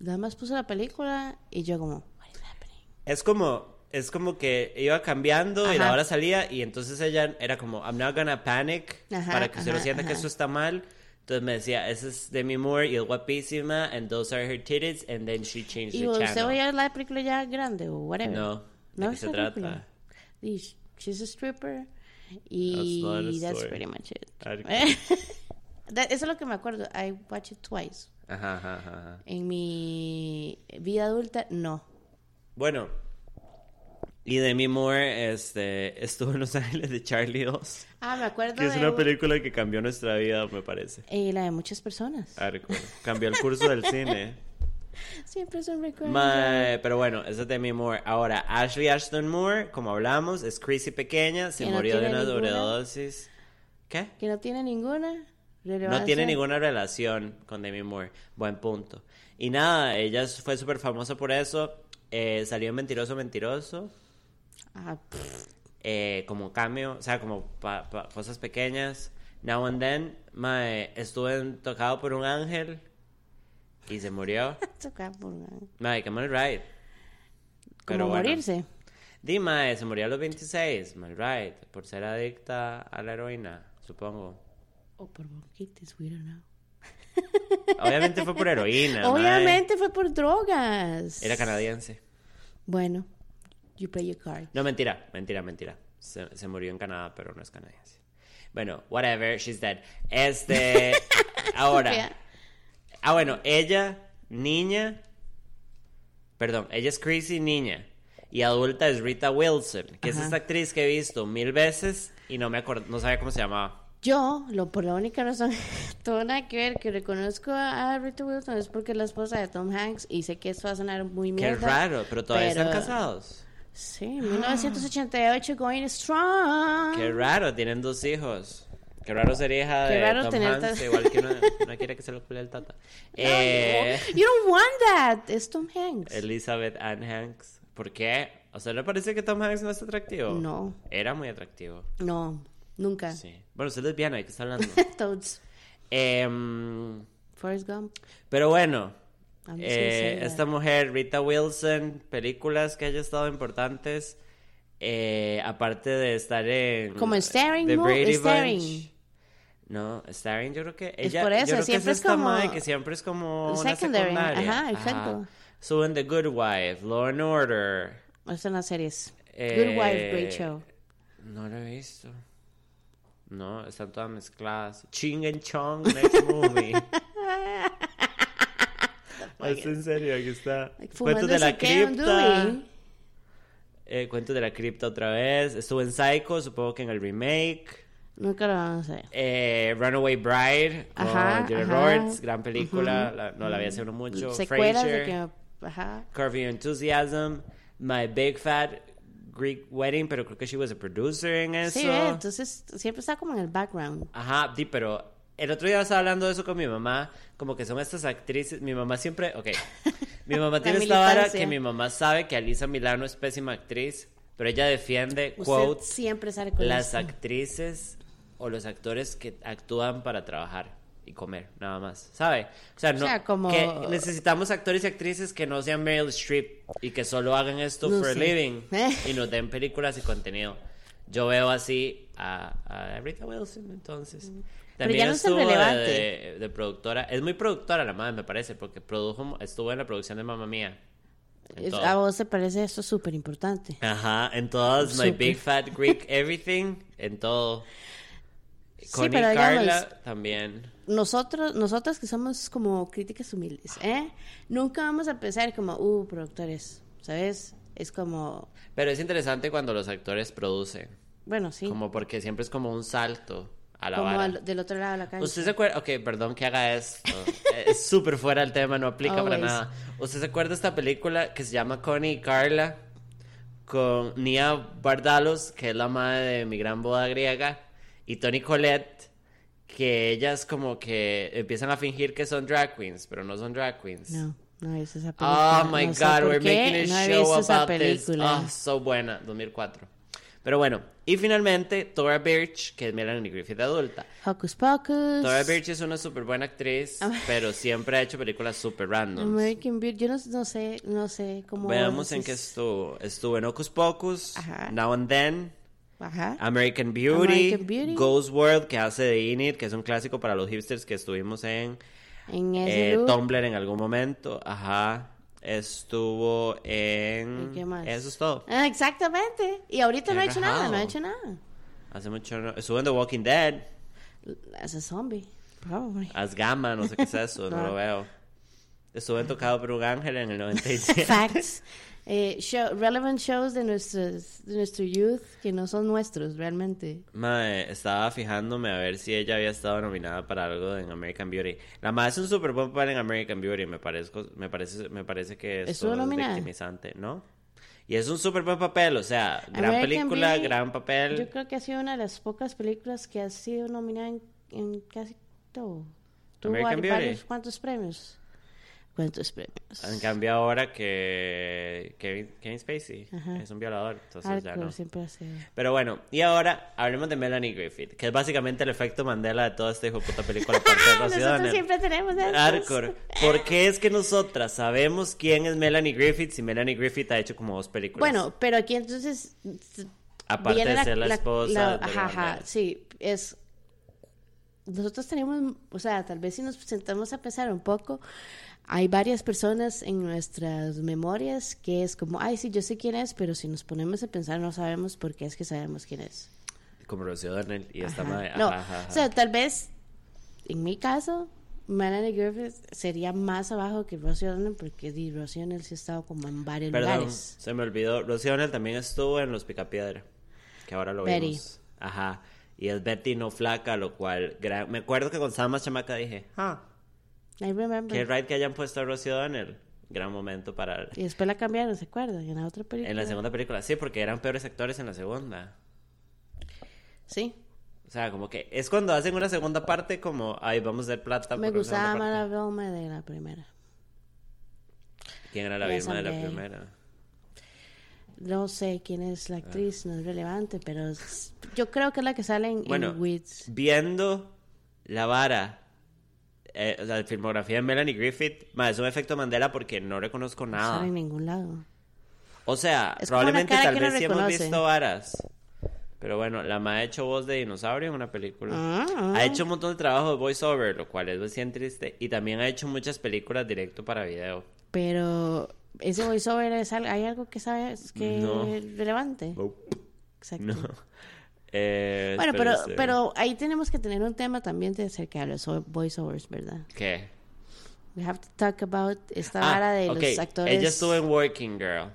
nada más puso la película y yo como, what is happening?
Es como, es como que iba cambiando y
Ajá.
la hora salía y entonces ella era como, I'm not gonna panic,
Ajá,
para que usted no
ajá,
sienta que
ajá.
esto está mal. Entonces me decía, esa es Demi Moore y es guapísima, and those are her titties, and then she changed
Y
the
vos,
channel.
usted voy a ver la película ya grande o whatever.
No, ¿de
¿No
qué
es
se
la película?
trata?
Y sh- she's a stripper
not a
y that's,
story.
pretty much it.
Ar-
[LAUGHS] That- eso es lo que me acuerdo. I watched it twice.
Ajá, ajá, ajá, ajá.
En mi vida adulta, no.
Bueno, y Demi Moore este, estuvo en Los Ángeles de Charlie 2,
Ah, me acuerdo
que es
de
una
un-
película que cambió nuestra vida, me parece.
eh, la de muchas personas.
Arco. Cambió el curso del cine.
Siempre son recuerdos.
Mae, pero bueno, esa es Demi Moore. Ahora, Ashley Ashton Moore, como hablamos, es Chrissy pequeña, se
Que no
murió de
tiene
una
ninguna.
sobredosis. ¿Qué?
que no tiene ninguna relevancia.
No tiene ninguna relación con Demi Moore. Buen punto. Y nada, ella fue súper famosa por eso. Eh, salió en Mentiroso, Mentiroso.
Ah, [LAUGHS] pff,
eh, como cambio, o sea, como pa- pa- cosas pequeñas. Now and then, mae, estuve en- tocado por un ángel y se murió.
toca por una-
Mae, qué mal ride.
Como morirse.
Di, mae, eh, se murió a los 26, mal ride, por ser adicta a la heroína, supongo.
O por bronquitis, we don't know.
Obviamente fue por
[LAUGHS]
heroína. mae.
Obviamente fue por drogas.
Era canadiense.
Bueno, you play your card.
No, mentira, mentira, mentira. Se, se murió en Canadá, pero no es canadiense. Bueno, whatever, she's dead.
[LAUGHS]
Este, ahora.
Estúpida.
Ah, bueno, ella, niña. Perdón, ella es Chrissy, niña. Y adulta es Rita Wilson, que es
Ajá.
esta actriz que he visto mil veces y no me acuerdo, no sabía cómo se llamaba.
Yo, lo, por la única razón, [LAUGHS] todo nada que ver, que reconozco a Rita Wilson es porque es la esposa de Tom Hanks y sé que esto va a sonar muy
Qué
mierda.
raro, pero todavía están
pero-
casados.
Sí, 1988, Going Strong.
Qué raro, tienen dos hijos. Qué raro sería hija
Qué
de
raro
Tom
tener
Hanks,
tanta-
igual
[LAUGHS]
que no, no quiere que se lo cule el tata. Eh,
Oh, You don't want that. Es Tom Hanks.
Elizabeth Ann Hanks. ¿Por qué? O sea, ¿le parece que Tom Hanks no es atractivo?
No. Ah.
Era muy atractivo.
No, nunca.
Sí. Bueno, usted es lesbiana, ¿de qué está hablando?
[LAUGHS] Toads.
Em,
Forrest Gump.
pero bueno,
I'm just
eh,
gonna say that.
esta mujer, Rita Wilson, películas que haya estado importantes, eh, aparte de estar en...
Como en Staring,
The
¿no?
Brady
Staring.
Bunch. No, Staring yo creo que ella...
por
yo
eso,
creo que
siempre es
esta
como-
mae que siempre es como una
Secondary,
secundaria.
ajá, exacto.
So en The Good Wife, Law and Order...
Estas son las series.
eh,
Good Wife,
[LAUGHS]
Great Show.
No lo he visto. No, están todas mezcladas. Ching and Chong,
[LAUGHS]
next movie.
Oh
es en serio, aquí está. Cuentos de la
Fumándose qué, un
cripta.
Dewey.
Eh, Cuentos de la cripta otra vez. Estuvo en Psycho, supongo que en el remake.
Nunca lo vamos a ver.
Eh, Runaway Bride con
Ajá,
Julia
ajá.
Roberts, gran película. La- no la vi hace mucho.
Secuelas
Frasier.
de que. Ajá.
Curve Your Enthusiasm, My Big Fat Greek Wedding, pero creo que she was a producer en eso.
Sí, eh, ve, entonces siempre está como en el background.
Ajá, sí, pero el otro día estaba hablando de eso con mi mamá, como que son estas actrices, mi mamá siempre,
[LAUGHS]
ok, mi mamá
La
tiene esta vara
militancia.
que mi mamá sabe que Alisa Milano es pésima actriz, pero ella defiende,
Usted
quote,
siempre sale con
las
eso.
actrices o los actores que actúan para trabajar y comer, nada más, ¿sabe? O sea, no,
sea, como-
que necesitamos actores y actrices que no sean Meryl Streep y que solo hagan esto
No
for a
sé.
living
[LAUGHS] Eh.
y nos den películas y contenido. Yo veo así a, a Rita Wilson, entonces. También
ya no es tan
estuvo de-
relevante.
de, de productora, es muy productora la madre, me parece, porque produjo, estuvo en la producción de Mamma Mía.
Es- A vos te parece esto súper importante.
Ajá, en todas, My
Súper.
Big Fat Greek Everything, en todo. Connie
pero digamos-
Carla también.
Nosotros, nosotras que somos como críticas humildes, ¿eh? Nunca vamos a pensar como, uh, productores, ¿sabes? Es como,
Pero es interesante cuando los actores producen,
bueno, sí, como,
como porque siempre es como un salto a la vara.
al- del otro lado de la cancha.
¿Usted se acuerda? Ok, perdón que haga
[LAUGHS]
esto. Eh, Es súper fuera del tema, no aplica para
Always.
nada. ¿Usted se acuerda de esta película que se llama Connie y Carla? Con Nia Bardalos, que es la madre de mi gran boda griega, y Tony Colette, que ellas como que empiezan a fingir que son drag queens, pero no son drag queens.
No, no es esa película.
Oh my
No sé
god,
por
we're
qué
making a
no he
show
visto esa
about this.
película.
Ah, so buena, 2004. Pero bueno, y finalmente Tora Birch, que es Melanie Griffith adulta.
Hocus Pocus.
Tora Birch es una súper buena actriz, pero siempre ha hecho películas súper random.
American Beauty. Yo no, no sé, no sé cómo.
Veamos en qué
es.
estuvo. Estuvo en Hocus Pocus,
Ajá.
Now and Then,
Ajá.
American Beauty,
American Beauty.
Ghost World, que hace de Init, que es un clásico para los hipsters que estuvimos en
En ese
eh,
look.
Tumblr en algún momento. Ajá. Estuvo en...
¿Y qué más?
Eso es todo.
Ah, exactamente. Y ahorita no ha hecho nada, no ha
Rajao.
hecho nada.
Hace mucho... no- Estuvo en The Walking Dead,
As a zombie, probably.
As Gamma, no sé qué es eso, no
No. [LAUGHS]
lo veo. Estuve en Tocado por un Ángel en el
[LAUGHS]
97.
Facts. Eh, show- relevant shows de, nuestros, de nuestro youth que no son nuestros realmente.
Mae, estaba fijándome a ver si ella había estado nominada para algo en American Beauty. La madre es un super buen papel en American Beauty, me parezco, me parece, me parece que esto
¿Estuvo
es
nominada?
victimizante, ¿no? Y es un super buen papel, o sea, gran
American
película,
Beauty,
gran papel.
Yo creo que ha sido una de las pocas películas que ha sido nominada en, en casi todo. Tuvo
American
vari-
Beauty.
varios- ¿Cuántos premios? ¿Cuántos premios?
En cambio ahora que Kevin, Kevin Spacey
Ajá.
es un violador, entonces ya
Hardcore
no.
siempre ha sido.
Pero bueno, y ahora hablemos de Melanie Griffith, que es básicamente el efecto Mandela de toda esta hijo puta película.
[LAUGHS]
aparte de Rocío
Nosotros
Donnell.
siempre tenemos estos.
Hardcore. pues. Porque es que nosotras sabemos quién es Melanie Griffith si Melanie Griffith ha hecho como dos películas.
Bueno, pero aquí entonces s-
Aparte
viene
de ser la esposa de
ajá, ajá,
Wanda.
sí, es nosotros tenemos, o sea, tal vez si nos sentamos a pensar un poco, hay varias personas en nuestras memorias que es como, ay, sí, yo sé quién es, pero si nos ponemos a pensar no sabemos por qué es que sabemos quién es.
como Rocío Donnell y esta
Ajá.
madre.
No,
Ajá, ajá, ajá.
o sea, tal vez, en mi caso, Melanie Griffith sería más abajo que Rosie O'Donnell, porque di, Rosie O'Donnell sí ha estado como en varios
Perdón,
lugares.
se me olvidó. Rocío Donnell también estuvo en Los Picapiedra, que ahora lo
Betty.
vimos. Ajá. Y es Betty no flaca, lo cual... gran- Me acuerdo que con Sama Chamaca dije, ah,
I remember.
qué right que hayan puesto a Rocío Donnell. Gran momento para...
Y después la cambiaron, ¿se acuerdan? En la otra película.
En la segunda película, sí, porque eran peores actores en la segunda.
Sí.
O sea, como que es cuando hacen una segunda parte como, ay, vamos a hacer plata.
Me
por una
gustaba
segunda
más la
parte.
broma de la primera.
¿Quién era la
la
misma de la
asamblea.
primera?
No sé quién es la actriz, no es relevante, pero es- yo creo que es la que sale en, en
Bueno,
Weeds.
viendo la vara, eh, la filmografía de Melanie Griffith, ma, es un efecto Mandela porque no reconozco
No sale
nada.
en ningún lado.
O sea,
Es como una
probablemente
cara
tal
que uno
vez sí hemos
reconoce.
visto varas. Pero bueno, la ma ha hecho voz de dinosaurio en una película.
Ah.
Ha hecho un montón de trabajo de voiceover, lo cual es bien triste. Y también ha hecho muchas películas directo para video.
Pero ese voiceover es al- hay algo que sabes que
No.
es relevante. Exacto.
No. [LAUGHS] Eh,
Bueno, pero,
espérense.
pero ahí tenemos que tener un tema también de acerca de los voiceovers, ¿verdad?
¿Qué?
We have to talk about esta
Ah,
vara de
ok.
los actores. Ah,
Ella estuvo en Working Girl.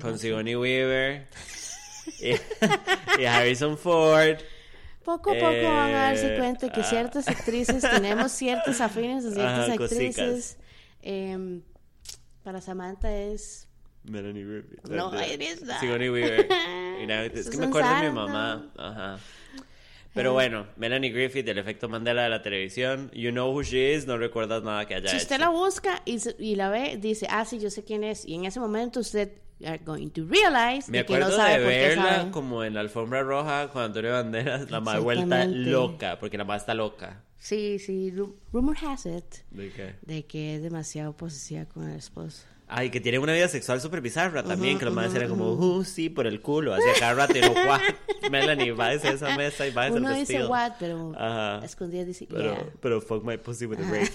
Con Sigourney Weaver. y, y [LAUGHS] Harrison Ford.
Poco a poco van a darse
Eh,
cuenta que
ah.
ciertas actrices tenemos ciertos afines a ciertas
Ajá, cositas.
actrices. Em, para Samantha es.
Melanie Griffith.
No,
Eh,
it is not.
Sigourney Weaver. Y
[LAUGHS]
nada, es que me
Susan
acuerdo de mi
Sarandon.
mamá. Ajá. Pero bueno, Melanie Griffith, del efecto Mandela de la televisión. You know who she is, no recuerdas nada que haya
Si
hecho.
usted la busca y, se- y la ve, dice, ah, sí, yo sé quién es. Y en ese momento usted are going to realize
Me
de que no
acuerdo
sabe
de
por qué
verla
sabe.
como en la alfombra roja con Antonio Banderas, la más vuelta
Exactamente.
loca, porque la más está loca.
Sí, sí, ru- rumor has it
¿De qué?
de que es demasiado posesiva con el esposo.
Ay, que tiene una vida sexual súper bizarra también, que los madres eran como, uh, sí, por el culo, hacia cada rato y lo
[LAUGHS]
guau, Melanie, va a esa mesa y va a
Uno
el
dice
vestido.
what, pero
Ajá.
escondida dice
Ah, Pero,
yeah.
pero fuck my pussy
[LAUGHS]
with a grape.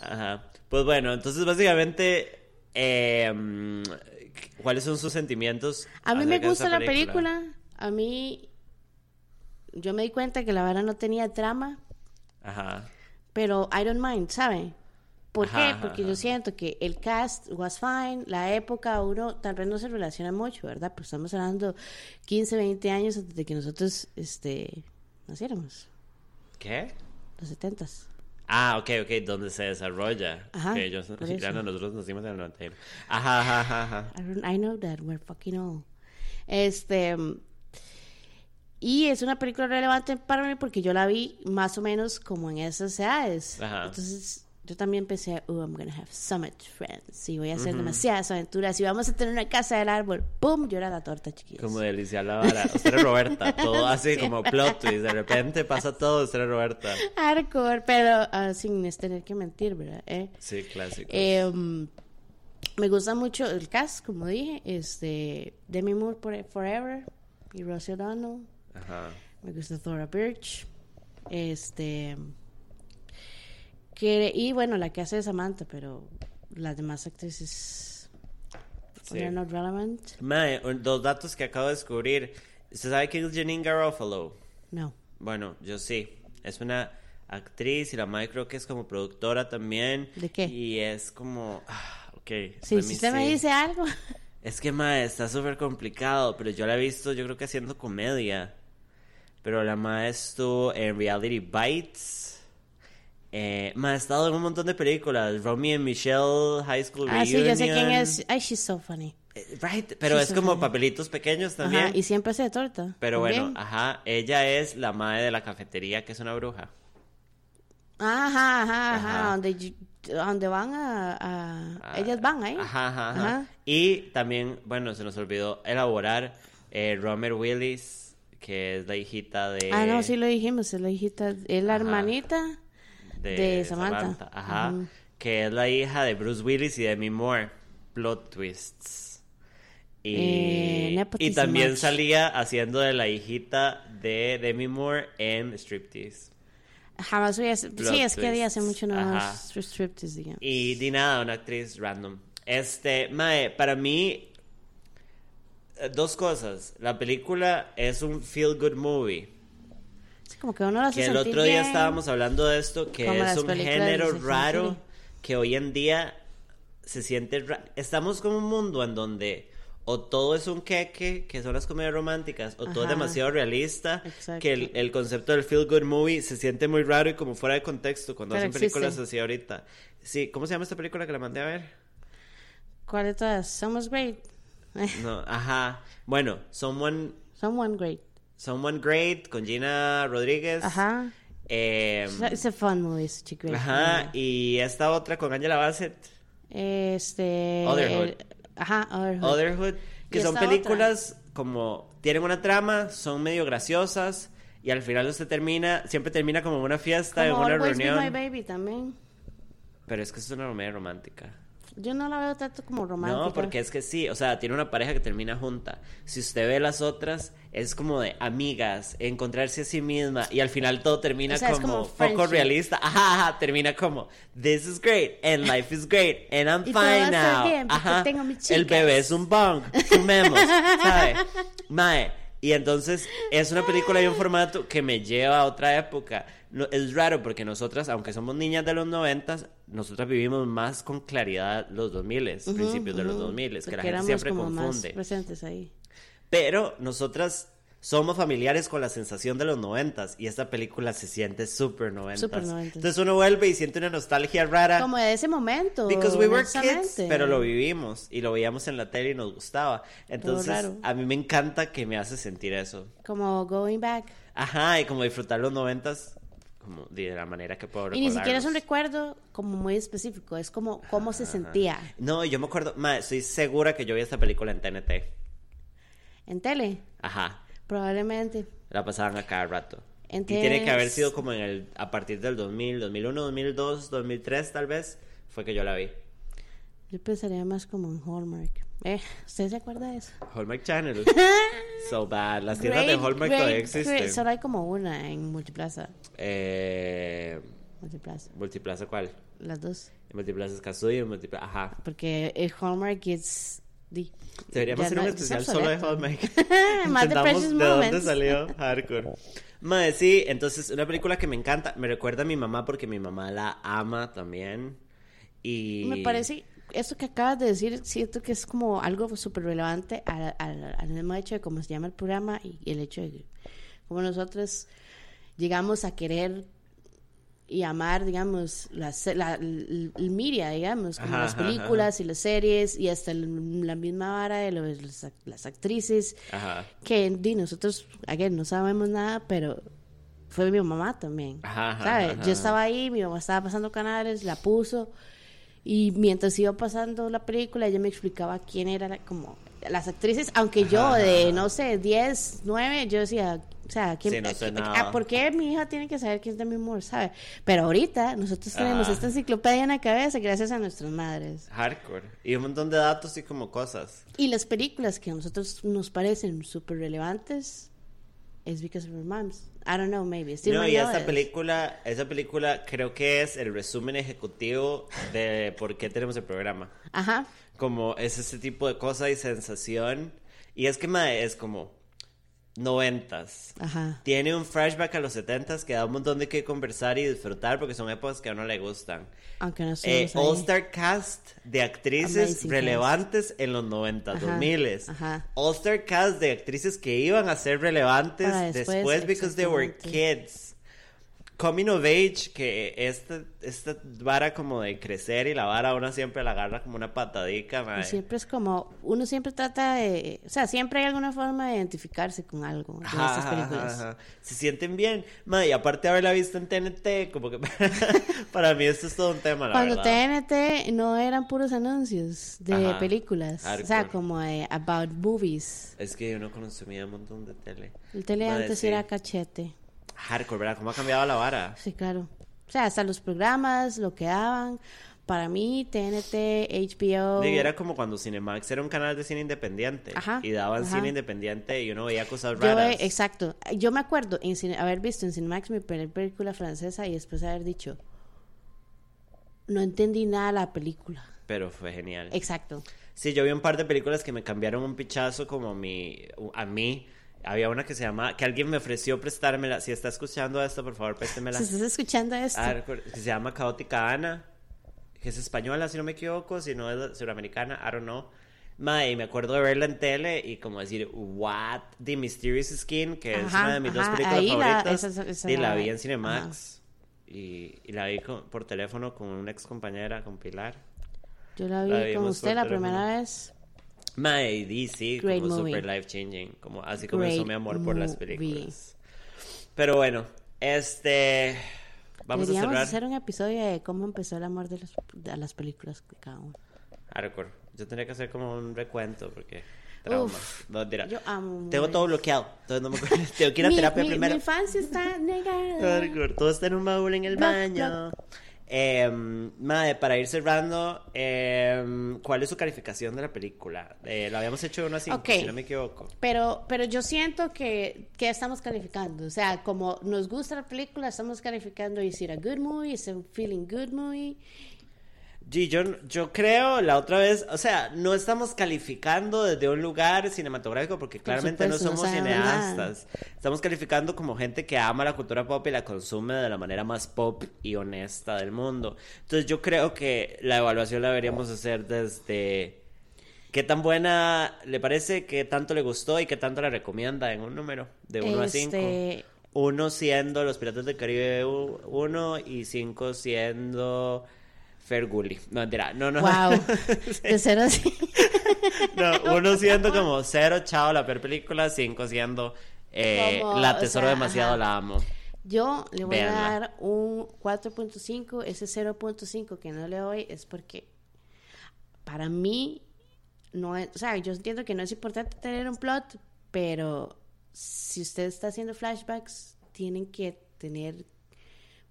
Ajá. Pues bueno, entonces básicamente, eh, mm, ¿cuáles son sus sentimientos?
A mí me
acerca de
gusta
esta
la película. A mí. Yo me di cuenta que la vara no tenía trama,
Ajá.
pero I don't mind, ¿sabe? ¿Por
Ajá,
qué?
ajá,
Porque
ajá.
yo siento que el cast was fine, la época, uno tal vez no se relaciona mucho, ¿verdad? Pero estamos hablando 15, 20 años antes de que nosotros este, naciéramos,
¿Qué?
los 70s.
Ah, ok, ok, donde se desarrolla.
Ajá,
Ok, yo-
por
sí,
eso.
claro, nosotros nacimos en el 91. Ajá, ajá, ajá, ajá.
I, don't- I know that, we're fucking old. Este. Y es una película relevante para mí porque yo la vi más o menos como en esas edades.
Ajá.
Entonces yo también pensé, oh, I'm gonna have so much friends. Y voy a hacer demasiadas aventuras. Y vamos a tener una casa del árbol. ¡Pum! Yo era la torta, chiquillos.
Como delicia la vara. Usted es
[LAUGHS]
Roberta. Todo así como plot twist. De repente pasa todo. Usted es Roberta.
Hardcore, pero ah, sin tener que mentir, ¿verdad? Eh,
Sí, clásico.
Em, me gusta mucho el cast, como dije. Este, Demi Moore por- Forever y Rosie O'Donnell.
Ajá.
Me gusta Thora Birch. Este. Que, y bueno, la que hace de Samantha, pero las demás actrices.
Sí.
They're not relevant.
Mae, un- dos datos que acabo de descubrir. ¿Usted sabe quién es Janine Garofalo?
No.
Bueno, yo sí. Es una actriz y la madre creo que es como productora también.
¿De qué?
Y es como... ah, Ok.
Sí,
let
si
me
usted me
see.
dice algo.
Es que, mae, está súper complicado, pero yo la he visto, yo creo que haciendo comedia. Pero la mae estuvo en Reality Bites. Eh, mae, ha estado en un montón de películas. Romy and Michelle, High School
ah, sí, yo sé quién
Reunion.
es. Ay, she's so funny.
Eh, Right, pero
Sí,
es
sí,
como
sí.
papelitos pequeños también.
Ajá, y siempre hace de torta.
Pero bueno,
también.
ajá, ella es la mae de la cafetería, que es una bruja.
Ajá, ajá, ajá.
Ajá. Ah,
Donde, yo- donde van a, a- Ellas van ¿eh? ahí.
Ajá, ajá, ajá.
Ajá.
Y también, bueno, se nos olvidó elaborar eh, Romer Willis, que es la hijita de...
Ah, no, sí lo dijimos. Es la hijita. Es la
Eh. Ajá.
hermanita.
de,
De
Samantha.
Samantha.
Ajá.
Ujú.
Que es la hija de Bruce Willis y Demi Moore. Plot twists. Y,
Eh,
y
nepotism
también
much.
salía haciendo de la hijita de Demi Moore en Striptease.
Jamás voy a hacer-
Plot
Sí, es que di hace
twists.
mucho no
Ajá.
hago striptease, digamos.
Y di nada, una actriz random. Este, Mae, para mí, eh, dos cosas. La película es un feel good movie.
Sí, como que uno lo hace
Que el
sentir
otro día
bien.
estábamos hablando de esto, que
Como
es
las
un
películas
género
de Sex and the
raro
City.
que hoy en día se siente... ra- Estamos como un mundo en donde o todo es un queque, que son las comedias románticas, o todo es
Ajá.
demasiado realista,
Exacto.
que el, el concepto del feel good movie se siente muy raro y como fuera de contexto cuando
Pero
hacen películas
existe.
así ahorita. Sí, ¿cómo se llama esta película que la mandé a ver?
¿Cuál de todas?
[LAUGHS]
Someone's great. [LAUGHS]
No, ajá. Bueno, Someone,
Someone great.
Someone Great con Gina Rodríguez.
Ajá.
Eh,
It's a- It's a fun movie, it's such a great
ajá,
movie.
y esta otra con Angela Bassett.
Este.
Otherhood.
el- ajá, Otherhood.
Otherhood, que
Y
son
esta
películas como tienen una trama, son medio graciosas y al final usted termina, siempre termina como en una fiesta,
Como
en una
Always Be My
reunión.
Baby también.
Pero es que es una comedia romántica.
Yo no la veo tanto como romántica.
No, porque es que sí, o sea, tiene una pareja que termina junta. Si usted ve las otras, es como de amigas, encontrarse a sí misma y al final todo termina
O sea, es
como,
como
poco
friendship.
realista. Ajá, ajá, termina como This is great and life is great and I'm
Y todo va a
fine
estar
now.
bien, porque tengo mis
El
chicas.
bebé es un bong, fumemos, ¿sabe? Mae. Y entonces es una película y un formato que me lleva a otra época. No, es raro porque nosotras, aunque somos niñas de los noventas, nosotras vivimos más con claridad los 2000
Ujú,
principios de los
ujú,
2000, que
porque
la gente
éramos
siempre
como más
confunde.
presentes ahí.
Pero nosotras somos familiares con la sensación de los 90 y esta película se siente súper 90.
Súper noventas.
Entonces uno vuelve y siente una nostalgia rara.
Como de ese momento.
Ah, Because we were kids,
honestamente.
pero lo vivimos y lo veíamos en la tele y nos gustaba. Entonces,
raro.
a mí me encanta que me hace sentir eso.
Como going back.
Ajá, y como disfrutar los noventas como de la manera que puedo
Y ni siquiera es un
recordarlos.
recuerdo como muy específico, es como cómo se sentía
No, yo me acuerdo, ma, estoy segura que yo vi esta película en TNT.
en tele,
Ajá,
probablemente.
la pasaban a cada rato.
Entonces-
Y tiene que haber sido como en el a partir del 2000, 2001, 2002, 2003 tal vez, fue que yo la vi.
Yo pensaría más como en Hallmark. Eh, ¿Usted se acuerda de eso?
Hallmark
[LAUGHS]
Channel. so bad, las tiendas de
Great,
Hallmark
great,
todavía
great.
existen.
Solo hay como una en Multiplaza.
Eh,
Multiplaza.
¿Multiplaza cuál?
Las dos.
Multiplaza Escazú y Multiplaza... Ajá.
Porque el Hallmark es... di-
Deberíamos
ya
hacer
no-
un
es
especial solo de
obsoleto.
Hallmark.
[LAUGHS] Más de
Entendamos
Precious
de dónde
Moments.
salió Hardcore. Mae, sí, entonces una película que me encanta. Me recuerda a mi mamá porque mi mamá la ama también. Y...
Me parece, esto que acabas de decir, siento que es como algo súper relevante al, al, al mismo hecho de cómo se llama el programa y el hecho de que cómo nosotros llegamos a querer y amar, digamos, la, se- la- el, el media, digamos, como
Ajá,
las
ajá,
películas y las series y hasta el- la misma vara de los- las, las actrices,
Ajá.
que di, nosotros, again, no sabemos nada, pero fue mi mamá también.
Ajá, ajá,
¿sabes?
ajá.
Yo estaba ahí, mi mamá estaba pasando canales, la puso. Y mientras iba pasando la película, ella me explicaba quién era la- como las actrices, aunque yo
Ajá,
de,
ajá.
no sé, 10, 9, yo decía, o sea, ¿quién,
Sí, no sé
a- a-
nada.
¿por qué mi hija tiene que saber quién es Demi Moore, sabe? Pero ahorita nosotros tenemos
Ajá.
esta enciclopedia en la cabeza gracias a nuestras madres.
Hardcore. Y un montón de datos y como cosas.
Y las películas que a nosotros nos parecen súper relevantes es Because of Our Moms. I don't know, maybe. Still
no,
My
y
Love
esa
is.
película, esa película creo que es el resumen ejecutivo de por qué tenemos el programa.
Ajá.
como es ese tipo de cosa y sensación. Y es que mae, es como noventas.
Ajá.
Tiene un flashback a los setentas que da un montón de que conversar y disfrutar porque son épocas que a uno le gustan.
Aunque no
Eh,
estuvimos ahí.
All Star Cast de actrices
Amazing
relevantes en los 90,
Ajá,
2000.
ajá.
All Star Cast de actrices que iban a ser relevantes
Para
después,
después,
because they were
exactamente.
kids. Coming of Age, que esta, esta vara como de crecer y la vara una siempre la agarra como una patadica,
Y
mae.
siempre es como, uno siempre trata de, o sea, siempre hay alguna forma de identificarse con algo en
Ajá,
estas
ajá,
películas.
ajá, ajá. Se sienten bien. Mae, y aparte de haberla visto en TNT, como que [LAUGHS] para mí esto es todo un tema, la
Cuando
verdad.
TNT no eran puros anuncios de
Ajá.
películas, o sea,
Hardcore.
como de about movies.
Es que uno consumía un montón de tele.
El tele
Mae,
antes
sí.
era cachete.
Hardcore, ¿verdad? ¿Cómo ha cambiado la vara?
Sí, claro. O sea, hasta los programas, lo que daban. Para mí, TNT, HBO.
Digo, Era como cuando Cinemax era un canal de cine independiente.
Oh. Ajá,
y daban
ajá.
cine independiente y uno veía cosas
Yo,
raras.
eh, exacto. Yo me acuerdo en cine- haber visto en Cinemax mi primer película francesa y después haber dicho, no entendí nada de la película.
Pero fue genial.
Exacto.
Sí, yo vi un par de películas que me cambiaron un pichazo como a mi, a mí. Había una que se llama, que alguien me ofreció prestármela. Si está escuchando esto, por favor, préstemela.
Si estás escuchando esto,
Hardcore, Ah, que se llama Caótica Ana, que es española, si no me equivoco, si no es suramericana, I don't know. Mae, y me acuerdo de verla en tele y como decir, what, The Mysterious Skin, que es
Ajá,
una de mis dos
ajá,
películas
ahí la-
favoritas.
esa- esa
y
la-
la, vi en Cinemax. Y, y la vi con- por teléfono con una ex compañera, con Pilar.
Yo la vi
La
con
vimos
usted
por
la
teléfono.
primera vez.
Mae, y di, sí,
Great
como
movie.
super life changing. Como, así
Great
comenzó mi amor por las
movie.
películas. Pero bueno, este. Vamos a
Deberíamos
cerrar.
hacer un episodio de cómo empezó el amor de, los- de las películas de cada uno.
Hardcore. Yo tendría que hacer como un recuento porque. Trauma.
Uf,
no, mentira.
yo amo
Tengo
movies.
todo bloqueado. Entonces no me acuerdo. Tengo que ir a
Mi-
terapia
mi,
primero.
Mi
[LAUGHS]
infancia está negada.
Hardcore. Todo está en un baúl en el
Bloc,
baño. Em, madre, para ir cerrando, em, ¿cuál es su calificación de la película? Eh, la habíamos hecho de una 5,
Ok.
si no me equivoco.
Pero, pero yo siento que, que estamos calificando. O sea, como nos gusta la película, estamos calificando. Is it a good movie? Is it a feeling good movie?
Sí, yo, yo creo la otra vez, o sea, no estamos calificando desde un lugar cinematográfico porque claramente
supuesto,
no
no
somos
sabemos
cineastas. Estamos calificando como gente que ama la cultura pop y la consume de la manera más pop y honesta del mundo. Entonces yo creo que la evaluación la deberíamos hacer desde qué tan buena le parece, qué tanto le gustó y qué tanto la recomienda en un número de 1 a 5.
Este,
Uno siendo Los Piratas del Caribe 1 y cinco siendo Ferguli. No, mentira, no, no. [LAUGHS]
Wow. De cero a cien.
No, uno siendo como cero, chao, la peor película, cinco siendo eh,
Como,
La
o
Tesoro
sea,
Demasiado
ajá.
la amo.
Yo le voy
Véanla.
a dar un 4.5. Ese 0.5 que no le doy es porque para mí no es. O sea, yo entiendo que no es importante tener un plot, pero si usted está haciendo flashbacks, tienen que tener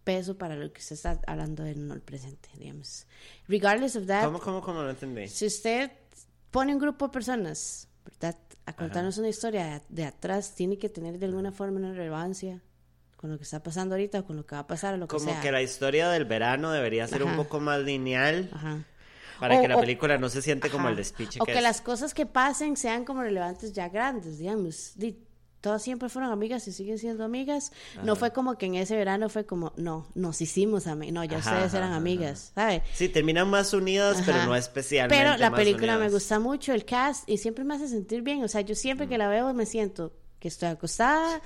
peso para lo que usted está hablando en el presente, digamos. Regardless of that,
¿Cómo, cómo, cómo? No entendí.
si usted pone un grupo de personas, ¿verdad? A contarnos una historia de, de atrás, tiene que tener de alguna forma una relevancia con lo que está pasando ahorita o con lo que va a pasar o lo que
Como
sea.
que la historia del verano debería ser un
Ajá.
poco más lineal
Ajá.
para
O-
que la
o-
película no se siente como
Ajá.
el despiche
O
que,
que,
es.
las cosas que pasen sean como relevantes ya grandes, digamos. Di- todas siempre fueron amigas y siguen siendo amigas. No fue como que en ese verano fue como, no, nos hicimos amigas. No, ya
Ajá,
ustedes
ajá,
eran
ajá,
amigas, ¿sabe?
Sí, terminan más unidas, pero
Ajá.
no especialmente
Pero la
más
película me
unidas.
gusta mucho, el cast, y siempre me hace sentir bien. O sea, yo siempre
Mm.
que la veo me siento que estoy acostada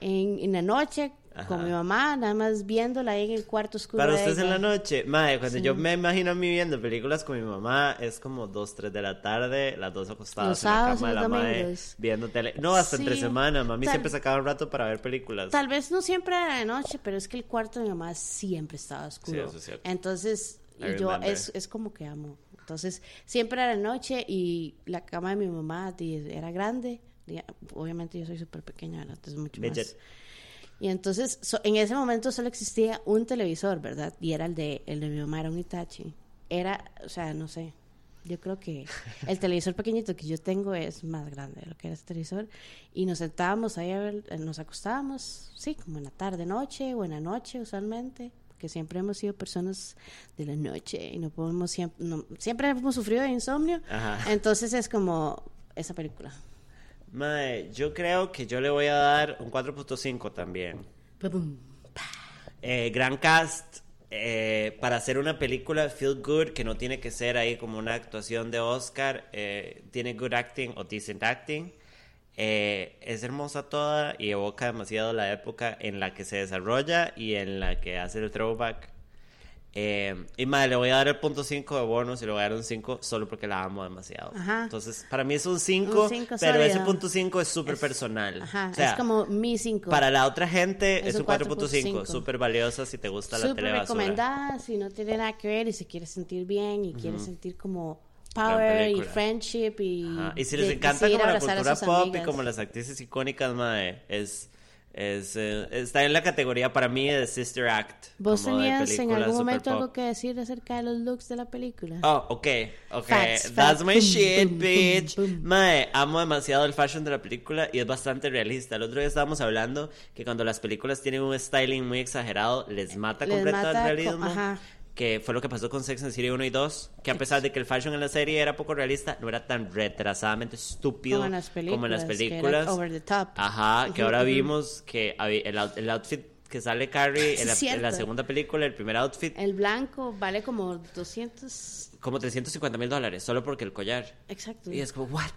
en, en la noche
Ajá.
con mi mamá, nada más viéndola ahí en el cuarto oscuro.
Para
de
ustedes en
ella.
la noche, madre, cuando yo me imagino a mí viendo películas con mi mamá, es como 2, 3 de la tarde, las dos acostadas
Los
en la
sábados
cama
y
de la
los
madre,
domingos.
viendo tele. No, hasta entre
Sí,
semana, mami
tal-
siempre sacaba un rato para ver películas.
Tal vez no siempre era de noche, pero es que el cuarto de mi mamá siempre estaba oscuro.
eso es cierto. eh.
Entonces,
I
y yo
remember.
es, es como que amo. Entonces, siempre era de noche y la cama de mi mamá di- era grande. Di- Obviamente yo soy súper pequeña, ¿verdad? Entonces, mucho
Midget.
más. Y entonces, so- en ese momento solo existía un televisor, ¿verdad? Y era el de, el de mi mamá, era un Itachi. Era, o sea, no sé. Yo creo que el televisor pequeñito que yo tengo es más grande de lo que era ese televisor. Y nos sentábamos ahí, a ver, eh, nos acostábamos, sí, como en la tarde, noche o en la noche usualmente. Porque siempre hemos sido personas de la noche y no podemos, siempre, siempre hemos sufrido de insomnio.
Ajá.
Entonces es como esa película.
Mae, yo creo que yo le voy a dar un 4.5 también.
Pa, pum.
Eh, gran cast. eh, para hacer una película feel good, que no tiene que ser ahí como una actuación de Oscar, eh, tiene good acting o decent acting. Eh, es hermosa toda y evoca demasiado la época en la que se desarrolla y en la que hace el throwback. Eh, y madre, le voy a dar el punto 5 de bonus y le voy a dar un 5 solo porque la amo demasiado.
Ajá.
Entonces, para mí es un 5,
Un cinco
pero ese
sólido.
punto 5 es súper personal.
Ajá,
O sea,
es como mi cinco.
para la otra gente es,
Es
un
un
4.5,
4.5.
súper valiosa si te gusta la
súper
tele basura.
recomendada si no tiene nada que ver y si quieres sentir bien y quieres sentir como
Gran
power y
película.
friendship y
Ajá, Y si
de-
les encanta
decidir
como la
abrazar a
cultura
sus
pop y
amigas.
como las actrices icónicas, madre, es, es, eh, está en la categoría para mí de Sister Act.
¿Vos
como de
tenías en
película
algún
súper
momento
pop.
algo que decir acerca de los looks de la película?
Oh, ok, ok. That's
Facts, facts.
my
Boom,
shit,
boom,
bitch.
boom, boom.
Mae, amo demasiado el fashion de la película y es bastante realista. El otro día estábamos hablando que cuando las películas tienen un styling muy exagerado, les mata
Les
completo
mata
el
co-
realismo.
ajá.
Que fue lo que pasó con Sex and the City 1 y 2, que a pesar de que el fashion en la serie era poco realista, no era tan retrasadamente estúpido
como en las películas.
como en las
que eran
películas.
over the top.
Ajá, que
Ujú,
ahora
ujú.
vimos que había- el, out- el outfit que sale Carrie en la,
Cierto.
en la segunda película, el primer outfit,
El blanco vale como 200.
como 350 mil dólares, solo porque el collar.
Exacto.
Y es como, ¿what?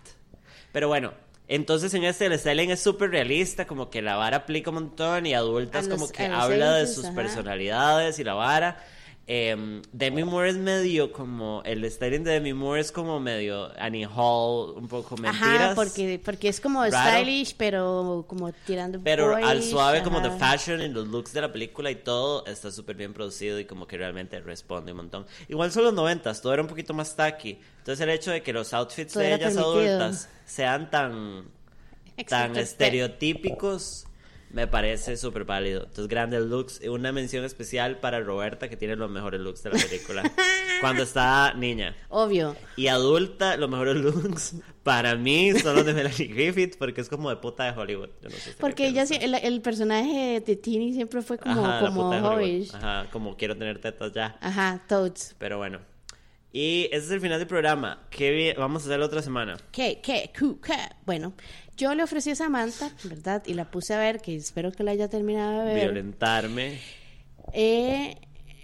Pero bueno, entonces en este el styling es súper realista, como que la vara aplica un montón y adultas
A
como
los-
que
a los
habla de
80s,
sus
ajá.
personalidades y la vara. Em, Demi Moore es medio como, el styling de Demi Moore es como medio Annie Hall, un poco mentiras.
Ajá, porque, porque es como
Raro.
stylish, pero como tirando.
Pero al
boyish,
suave como
ajá.
the fashion y los looks de la película y todo está súper bien producido y como que realmente responde un montón. Igual son los noventas, todo era un poquito más tacky. Entonces el hecho de que los outfits
Todo
de
era
ellas
permitido.
adultas sean tan, tan
Exacto,
estereotípicos me parece súper válido. Entonces grandes looks. Y Una mención especial para Roberta que tiene los mejores looks de la película.
[LAUGHS]
Cuando está niña.
Obvio.
Y adulta, los mejores looks para mí son los de Melanie Griffith porque es como de puta de Hollywood. Yo no sé si me
Porque ella,
entiendes.
sí- el, el personaje de Tini siempre fue como,
Ajá, la
como
puta de Ah. Hollywood.
hobbish.
Ajá, como quiero tener tetas ya.
Ajá, Toads.
Pero bueno. Y ese es el final del programa. ¿Qué vi- vamos a hacer la otra semana?
¿Qué, qué, cu, qué? Bueno, yo le ofrecí a Samantha, ¿verdad? Y la puse a ver, que espero que la haya terminado de ver.
Violentarme.
Eh,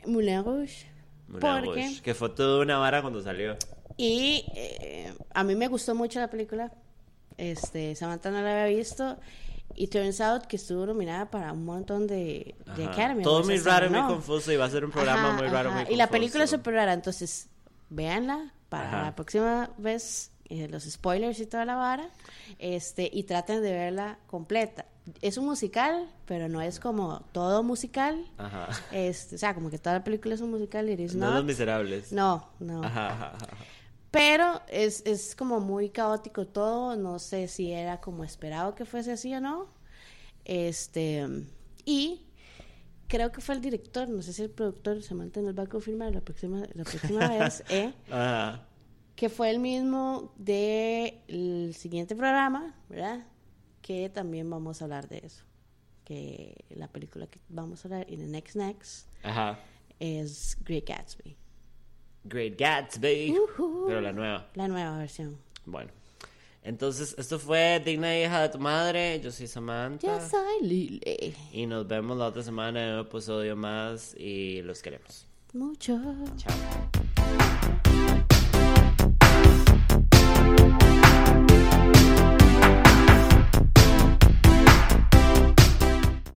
Moulin Rouge.
Moulin
Porque.
Rouge, que fue toda una vara cuando salió.
Y eh, a mí me gustó mucho la película. Este, Samantha no la había visto. Y turns out que estuvo nominada para un montón de, de
Ajá.
Academy.
Todo
Awards,
muy
hasta
raro y muy
ganó.
confuso y va a ser un programa
Ajá,
muy raro,
ajá.
muy
Y la
confuso.
película es súper rara, entonces véanla para
Ajá.
la próxima vez eh, los spoilers y toda la vara, este y traten de verla completa. Es un musical, pero no es como todo musical.
Ajá.
Este, o sea, como que toda la película es un musical y
No Los Miserables.
No, no.
Ajá, ajá, ajá.
Pero es, es como muy caótico todo, no sé si era como esperado que fuese así o no. Este, y creo que fue el director, no sé si el productor se mantiene el va a confirmar la próxima,
[LAUGHS]
la próxima vez, ¿eh?
Ajá.
que fue el mismo del siguiente programa, ¿verdad? Que también vamos a hablar de eso. Que la película que vamos a hablar en el Next Next
Ajá.
es Great Gatsby,
Great Gatsby.
Ujú.
Pero la nueva.
la nueva versión.
Bueno. Entonces, esto fue Digna Hija de tu Madre. Yo soy Samantha.
Yo soy Lily.
Y nos vemos la otra semana en un episodio más y los queremos.
Mucho.
Chao.